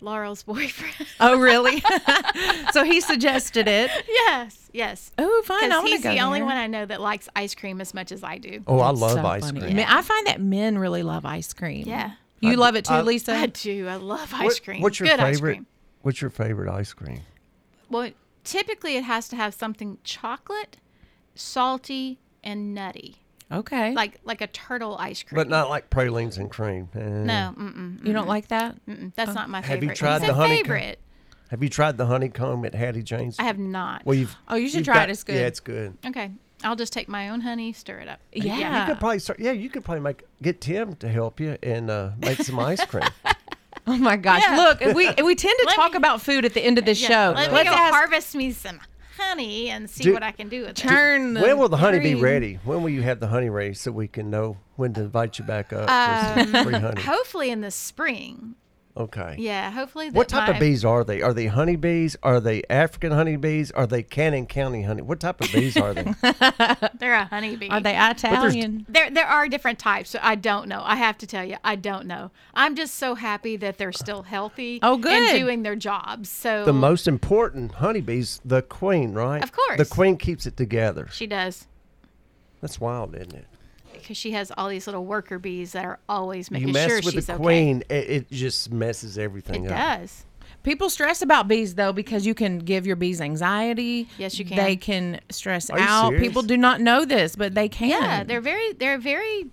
Speaker 6: Laurel's boyfriend.
Speaker 4: Oh, really? so he suggested it.
Speaker 6: yes, yes.
Speaker 4: Oh, fine. I'm
Speaker 6: Because
Speaker 4: gonna
Speaker 6: he's
Speaker 4: go
Speaker 6: the only
Speaker 4: there.
Speaker 6: one I know that likes ice cream as much as I do.
Speaker 5: oh, I
Speaker 4: That's
Speaker 5: love
Speaker 4: so
Speaker 5: ice
Speaker 4: funny.
Speaker 5: cream.
Speaker 4: Men- I find that men really love ice cream.
Speaker 6: Yeah.
Speaker 4: You love it too,
Speaker 5: I-
Speaker 4: Lisa?
Speaker 6: I do. I love ice
Speaker 5: What-
Speaker 6: cream.
Speaker 5: What's your
Speaker 6: Good ice
Speaker 5: favorite?
Speaker 6: cream.
Speaker 5: What's your favorite ice cream?
Speaker 6: Well, typically it has to have something chocolate, salty, and nutty,
Speaker 4: okay. Like,
Speaker 6: like like a turtle ice cream.
Speaker 5: But not like pralines and cream. Eh.
Speaker 6: No,
Speaker 4: Mm.
Speaker 6: mm-mm,
Speaker 4: you don't like that?
Speaker 6: mm-mm, that's not my
Speaker 5: Have
Speaker 6: favorite.
Speaker 5: you tried
Speaker 6: It's
Speaker 5: the
Speaker 6: a
Speaker 5: honeycomb?
Speaker 6: favorite.
Speaker 5: Have you tried the honeycomb at Hattie Jane's?
Speaker 6: I have not.
Speaker 5: Well, you've.
Speaker 4: Oh, you should
Speaker 5: you've
Speaker 4: try it.
Speaker 5: got-
Speaker 4: It's good.
Speaker 5: Yeah, it's good.
Speaker 6: okay, I'll just take my own honey, stir it up.
Speaker 4: Yeah.
Speaker 5: You could probably start. Yeah, you could probably make get Tim to help you and uh, make some ice cream.
Speaker 4: Oh my gosh!
Speaker 6: Yeah.
Speaker 4: Look, we we tend to
Speaker 6: Let
Speaker 4: talk
Speaker 6: me-
Speaker 4: about food at the end of the
Speaker 6: Yeah,
Speaker 4: show.
Speaker 6: Let me
Speaker 4: Let's
Speaker 6: go
Speaker 4: ask-
Speaker 6: harvest me some honey and see
Speaker 5: Do-
Speaker 6: what I can do with it.
Speaker 4: turn.
Speaker 5: when will the honey be
Speaker 4: cream.
Speaker 5: ready? When will you have the honey ready so we can know when to invite you back up for some free honey?
Speaker 6: Hopefully in the spring.
Speaker 5: Okay.
Speaker 6: Um, Yeah, hopefully. That
Speaker 5: What type
Speaker 6: my-
Speaker 5: of bees are they? Are they honey bees? Are they African honey bees? Are they Cannon County honey? What type of bees are they?
Speaker 6: They're a honeybee.
Speaker 4: Are they Italian?
Speaker 6: There, there are different types. So I don't know. I have to tell you, I don't know. I'm just so happy that they're still healthy.
Speaker 4: Oh,
Speaker 6: And
Speaker 4: good.
Speaker 6: doing their jobs. So
Speaker 5: the most important honeybees, the queen, right?
Speaker 6: Oh. Of course.
Speaker 5: The queen keeps it together.
Speaker 6: she does
Speaker 5: That's wild, isn't it?
Speaker 6: because she has all these little worker bees that are always making
Speaker 5: you mess
Speaker 6: sure
Speaker 5: with
Speaker 6: she's
Speaker 5: the
Speaker 6: okay.
Speaker 5: queen, it, it just messes everything
Speaker 6: It
Speaker 5: up.
Speaker 6: does.
Speaker 4: People stress about bees though because you can give your bees anxiety.
Speaker 6: Yes, you can.
Speaker 4: They can stress
Speaker 5: you
Speaker 4: out.
Speaker 5: serious?
Speaker 4: People do not know this, but they can.
Speaker 6: Yeah, they're very, they're very.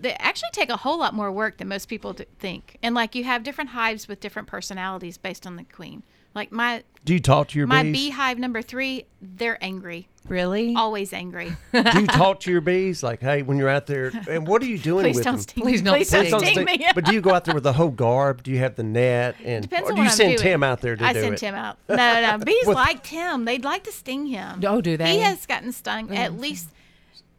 Speaker 6: They actually take a whole lot more work than most people d- think. And like you have different hives with different personalities based on the queen. Like my
Speaker 5: Do you talk to your
Speaker 6: my
Speaker 5: bees?
Speaker 6: beehive number three, they're angry,
Speaker 4: really.
Speaker 5: Mm.
Speaker 6: always angry.
Speaker 5: do you talk to your bees? Like, hey, when you're out there, and what are you doing
Speaker 6: Please
Speaker 5: with
Speaker 6: don't
Speaker 5: them?
Speaker 6: sting
Speaker 4: Please
Speaker 6: me.
Speaker 4: don't
Speaker 6: Please don't
Speaker 4: sting.
Speaker 6: sting
Speaker 5: sting-
Speaker 6: me.
Speaker 5: but do you go out there with the whole garb? Do you have the net? And
Speaker 6: Depends
Speaker 5: or
Speaker 6: on
Speaker 5: do
Speaker 6: what
Speaker 5: you
Speaker 6: I'm
Speaker 5: send
Speaker 6: doing.
Speaker 5: Tim out there to
Speaker 6: I
Speaker 5: do
Speaker 6: send
Speaker 5: it?
Speaker 6: Tim out. No, no, bees
Speaker 5: With-
Speaker 6: like Tim. They'd like to sting him.
Speaker 4: Oh, do they?
Speaker 6: He has gotten
Speaker 5: Mm.
Speaker 6: stung at least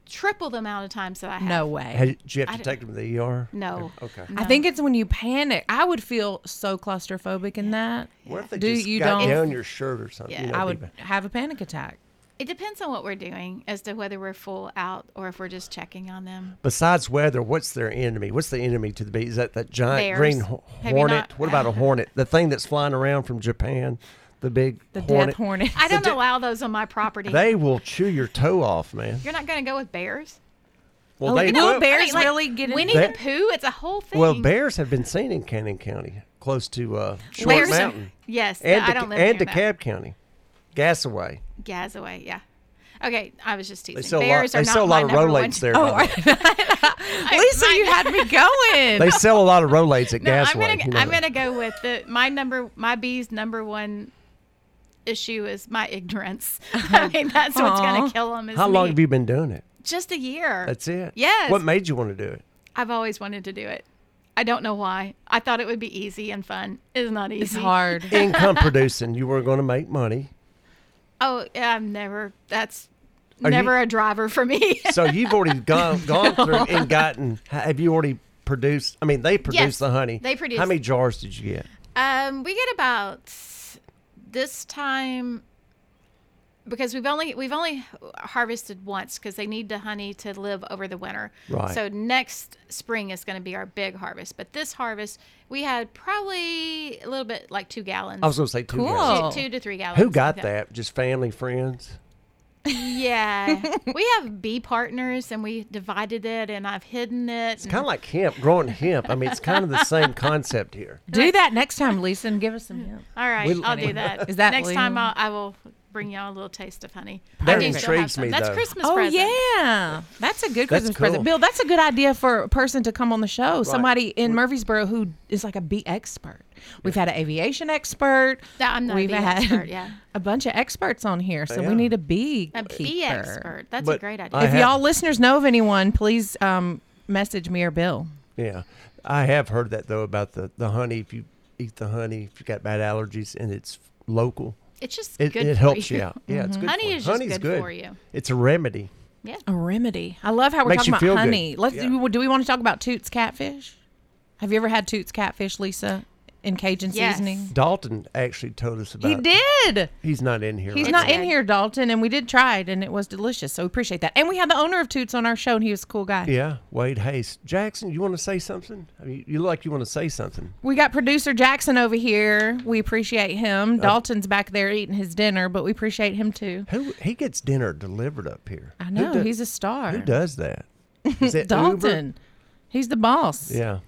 Speaker 6: triple the amount of times that I have.
Speaker 4: no way.
Speaker 5: Had- Did you have to
Speaker 6: I-
Speaker 5: take them to the ER?
Speaker 6: No.
Speaker 5: Okay.
Speaker 4: I think it's when you panic. I I would feel so claustrophobic in that.
Speaker 5: What if they
Speaker 4: Do
Speaker 5: just
Speaker 4: you
Speaker 5: got
Speaker 4: don't-
Speaker 5: down your shirt or something?
Speaker 6: Yeah,
Speaker 5: you know,
Speaker 4: I
Speaker 5: it'd
Speaker 4: would
Speaker 5: be
Speaker 4: have a panic attack.
Speaker 6: It depends on what we're doing as to whether we're full out or if we're just checking on them.
Speaker 5: bad. Besides weather, what's their enemy? What's the enemy to the bees? Is that that giant
Speaker 6: Bears.
Speaker 5: green ho-
Speaker 6: Have you
Speaker 5: hornet?
Speaker 6: not-
Speaker 5: What about a hornet? The thing that's flying around from Japan, the big
Speaker 4: The
Speaker 5: hornet.
Speaker 4: death hornet.
Speaker 6: I don't allow those on my property.
Speaker 5: They will chew your toe off, man.
Speaker 6: You're not going to go with bears?
Speaker 5: Well,
Speaker 4: Oh,
Speaker 5: they
Speaker 4: you know,
Speaker 5: will.
Speaker 4: bear- Bears
Speaker 6: I mean, like,
Speaker 4: really get in-
Speaker 6: Winnie
Speaker 5: They-
Speaker 6: the Pooh, it's a whole thing.
Speaker 5: well, bears have been seen in Cannon County, close to uh, Short
Speaker 6: Bears are-
Speaker 5: Mountain.
Speaker 6: yes,
Speaker 5: and
Speaker 6: I don't
Speaker 5: Deca-
Speaker 6: live
Speaker 5: and
Speaker 6: near that.
Speaker 5: DeKalb County, Gasaway.
Speaker 6: Gazaway, yeah. Okay, I was just teasing.
Speaker 5: They sell
Speaker 6: bears
Speaker 5: a lot.
Speaker 6: are
Speaker 5: They
Speaker 6: not
Speaker 5: sell a lot
Speaker 6: my
Speaker 5: of
Speaker 6: number one-
Speaker 5: Rolaids there. by the way.
Speaker 6: I-
Speaker 4: Lisa,
Speaker 6: my-
Speaker 4: you had me going.
Speaker 5: they sell a lot of Rolaids at
Speaker 6: No,
Speaker 5: Gasaway.
Speaker 6: I'm gonna
Speaker 5: you know
Speaker 6: I'm
Speaker 5: that.
Speaker 6: gonna go with the my number my bee's number one issue is my ignorance. I mean that's what's
Speaker 4: Aw.
Speaker 6: gonna kill them. Is
Speaker 5: How long
Speaker 6: me.
Speaker 5: have you been doing it?
Speaker 6: Just a year.
Speaker 5: That's it.
Speaker 6: Yes.
Speaker 5: What made you want to do it?
Speaker 6: I've always wanted to do it. I don't know why. I thought it would be easy and fun. It's not easy.
Speaker 4: it's hard.
Speaker 5: Income producing. You were going to make money,
Speaker 6: Oh, yeah, I'm never. That's
Speaker 5: Are you-
Speaker 6: never a driver for me.
Speaker 5: so you've already gone gone through and gotten. Have you already produced? I mean, they produce
Speaker 6: Yes,
Speaker 5: the honey.
Speaker 6: they produce-
Speaker 5: How many jars did you get?
Speaker 6: Um, we get about this time because we've only we've only harvested once because they need the honey to live over the winter.
Speaker 5: Right.
Speaker 6: So next spring is going to be our big harvest, but this harvest we had probably a little bit like two gallons,
Speaker 5: I was going to say two.
Speaker 4: Cool.
Speaker 5: gallons.
Speaker 6: two, two to three gallons.
Speaker 5: Who got
Speaker 6: something.
Speaker 5: that? Just family, friends.
Speaker 6: Yeah. we have bee partners and we divided it and I've hidden it.
Speaker 5: It's kind of like hemp, growing hemp. I mean, it's kind of the same concept here.
Speaker 4: Do that next time, Lisa, and give us some hemp.
Speaker 6: All right, I'll do that.
Speaker 4: Is that
Speaker 6: next time?
Speaker 4: legal?
Speaker 6: I'll, I will bring y'all a little taste of honey.
Speaker 5: That
Speaker 6: I do still have
Speaker 5: intrigues
Speaker 6: some.
Speaker 5: me,
Speaker 6: That's
Speaker 5: though.
Speaker 6: Christmas
Speaker 4: Oh
Speaker 6: present.
Speaker 4: yeah, that's a good
Speaker 5: That's
Speaker 4: Christmas
Speaker 5: cool.
Speaker 4: present, Bill. That's a good idea for a person to come on the show. Somebody in Murfreesboro who is like a bee expert. We've had an aviation expert.
Speaker 6: That- I'm not a
Speaker 4: We've
Speaker 6: bee
Speaker 4: had
Speaker 6: expert, yeah.
Speaker 4: a bunch of experts on here, so
Speaker 5: Yeah.
Speaker 4: we need a bee
Speaker 6: A bee
Speaker 4: keeper.
Speaker 6: expert. That's a
Speaker 5: But
Speaker 6: great idea.
Speaker 5: I
Speaker 4: If
Speaker 5: have-
Speaker 4: y'all listeners know of anyone, please um, message me or Bill.
Speaker 5: Yeah, I have heard that though about the the honey. If you eat the honey, if you got bad allergies, and it's local,
Speaker 6: it's just
Speaker 5: it,
Speaker 6: good.
Speaker 5: it
Speaker 6: for
Speaker 5: helps you.
Speaker 6: you. Mm-hmm.
Speaker 5: out. Yeah, it's good.
Speaker 6: Honey
Speaker 5: for you.
Speaker 6: is just
Speaker 5: Honey's
Speaker 6: good for you.
Speaker 5: It's a remedy.
Speaker 4: A remedy. I love how we're
Speaker 5: Makes you
Speaker 4: talking
Speaker 5: feel
Speaker 4: about
Speaker 5: good.
Speaker 4: honey. Let's
Speaker 5: Yeah.
Speaker 4: do, do we want to talk about Toots catfish? Have you ever had Toots catfish, Lisa, in Cajun
Speaker 6: Yes.
Speaker 4: seasoning?
Speaker 5: Dalton actually told us about.
Speaker 4: He did.
Speaker 5: He's not in here.
Speaker 4: He's
Speaker 5: right
Speaker 4: not
Speaker 5: now.
Speaker 4: in here, Dalton, and we did try it, and it was delicious. So we appreciate that. And we had the owner of Toots on our show, and he was a cool guy.
Speaker 5: Yeah, Wade Hayes. Jackson, you want to say something? I mean, you look like you want to say something.
Speaker 4: We got producer Jackson over here. We appreciate him.
Speaker 5: Uh,
Speaker 4: Dalton's back there eating his dinner, but we appreciate him too.
Speaker 5: Who he gets dinner delivered up here?
Speaker 4: I
Speaker 5: Who
Speaker 4: know
Speaker 5: do-
Speaker 4: he's a star.
Speaker 5: Who does that? Is that
Speaker 4: Dalton, he's the boss.
Speaker 5: Uber? Yeah.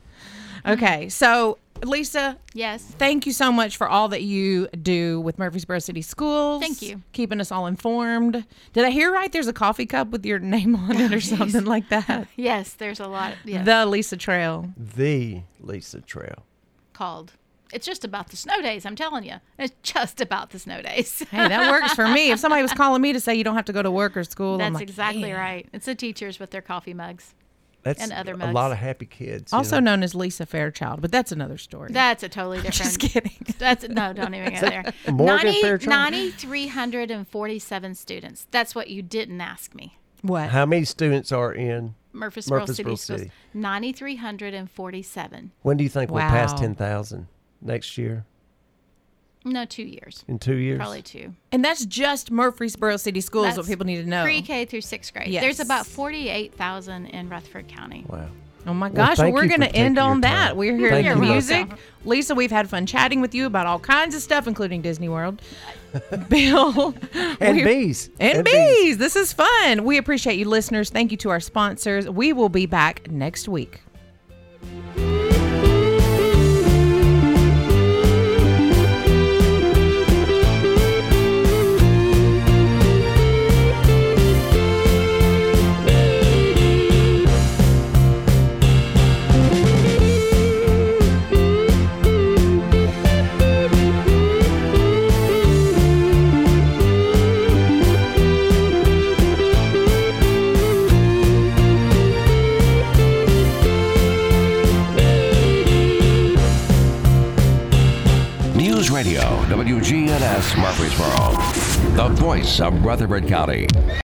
Speaker 4: Okay, so Lisa,
Speaker 6: Yes.
Speaker 4: thank you so much for all that you do with Murfreesboro City Schools.
Speaker 6: Thank you.
Speaker 4: keeping us all informed. Did I hear right? There's a coffee cup with your name on it or something like
Speaker 6: Uh,
Speaker 4: that.
Speaker 6: Yes, there's a lot yes,
Speaker 4: The Lisa Trail.
Speaker 5: The Lisa Trail.
Speaker 6: called. It's just about the snow days, I'm telling you. It's just about the snow days.
Speaker 4: Hey, that works for me. If somebody was calling me to say you don't have to go to work or school, I'm
Speaker 6: That's
Speaker 4: like,
Speaker 6: exactly
Speaker 4: "Yeah."
Speaker 6: right. It's the teachers with their coffee mugs.
Speaker 5: That's
Speaker 6: And other
Speaker 5: a
Speaker 6: mugs.
Speaker 5: lot of happy kids. you
Speaker 4: Also
Speaker 5: know.
Speaker 4: known as Lisa Fairchild, but that's another story.
Speaker 6: That's a totally different.
Speaker 4: Just kidding.
Speaker 6: That's no, don't even go there.
Speaker 5: Morgan
Speaker 6: 90
Speaker 5: Fairchild?
Speaker 6: 9,347 students. That's what you didn't ask me.
Speaker 4: What?
Speaker 5: How many students are in?
Speaker 6: Murfreesboro,
Speaker 5: Murfreesboro
Speaker 6: City Schools.
Speaker 5: City.
Speaker 6: 9,347.
Speaker 5: When do you think we'll pass
Speaker 4: Wow.
Speaker 5: 10,000? Next year?
Speaker 6: No, two years.
Speaker 5: In two years?
Speaker 6: Probably two.
Speaker 4: and that's just Murfreesboro City Schools. what
Speaker 6: That's
Speaker 4: people need to know.
Speaker 6: Pre K through sixth grade.
Speaker 4: Yes.
Speaker 6: There's about 48,000 in Rutherford County.
Speaker 5: Wow.
Speaker 4: Oh my
Speaker 5: Well,
Speaker 4: gosh,
Speaker 5: thank
Speaker 4: we're
Speaker 5: you
Speaker 4: going
Speaker 5: for
Speaker 4: to end
Speaker 5: taking your
Speaker 4: on that.
Speaker 5: time.
Speaker 4: We're hearing
Speaker 5: Thank
Speaker 4: your
Speaker 5: you.
Speaker 4: music. Lisa, we've had fun chatting with you about all kinds of stuff, including Disney World. Bill.
Speaker 5: And
Speaker 4: we're-
Speaker 5: bees.
Speaker 4: And,
Speaker 5: And
Speaker 4: bees.
Speaker 5: bees.
Speaker 4: This is fun. We appreciate you, listeners. Thank you to our sponsors. We will be back next week.
Speaker 2: News Radio, WGNS Murfreesboro, the voice of Rutherford County.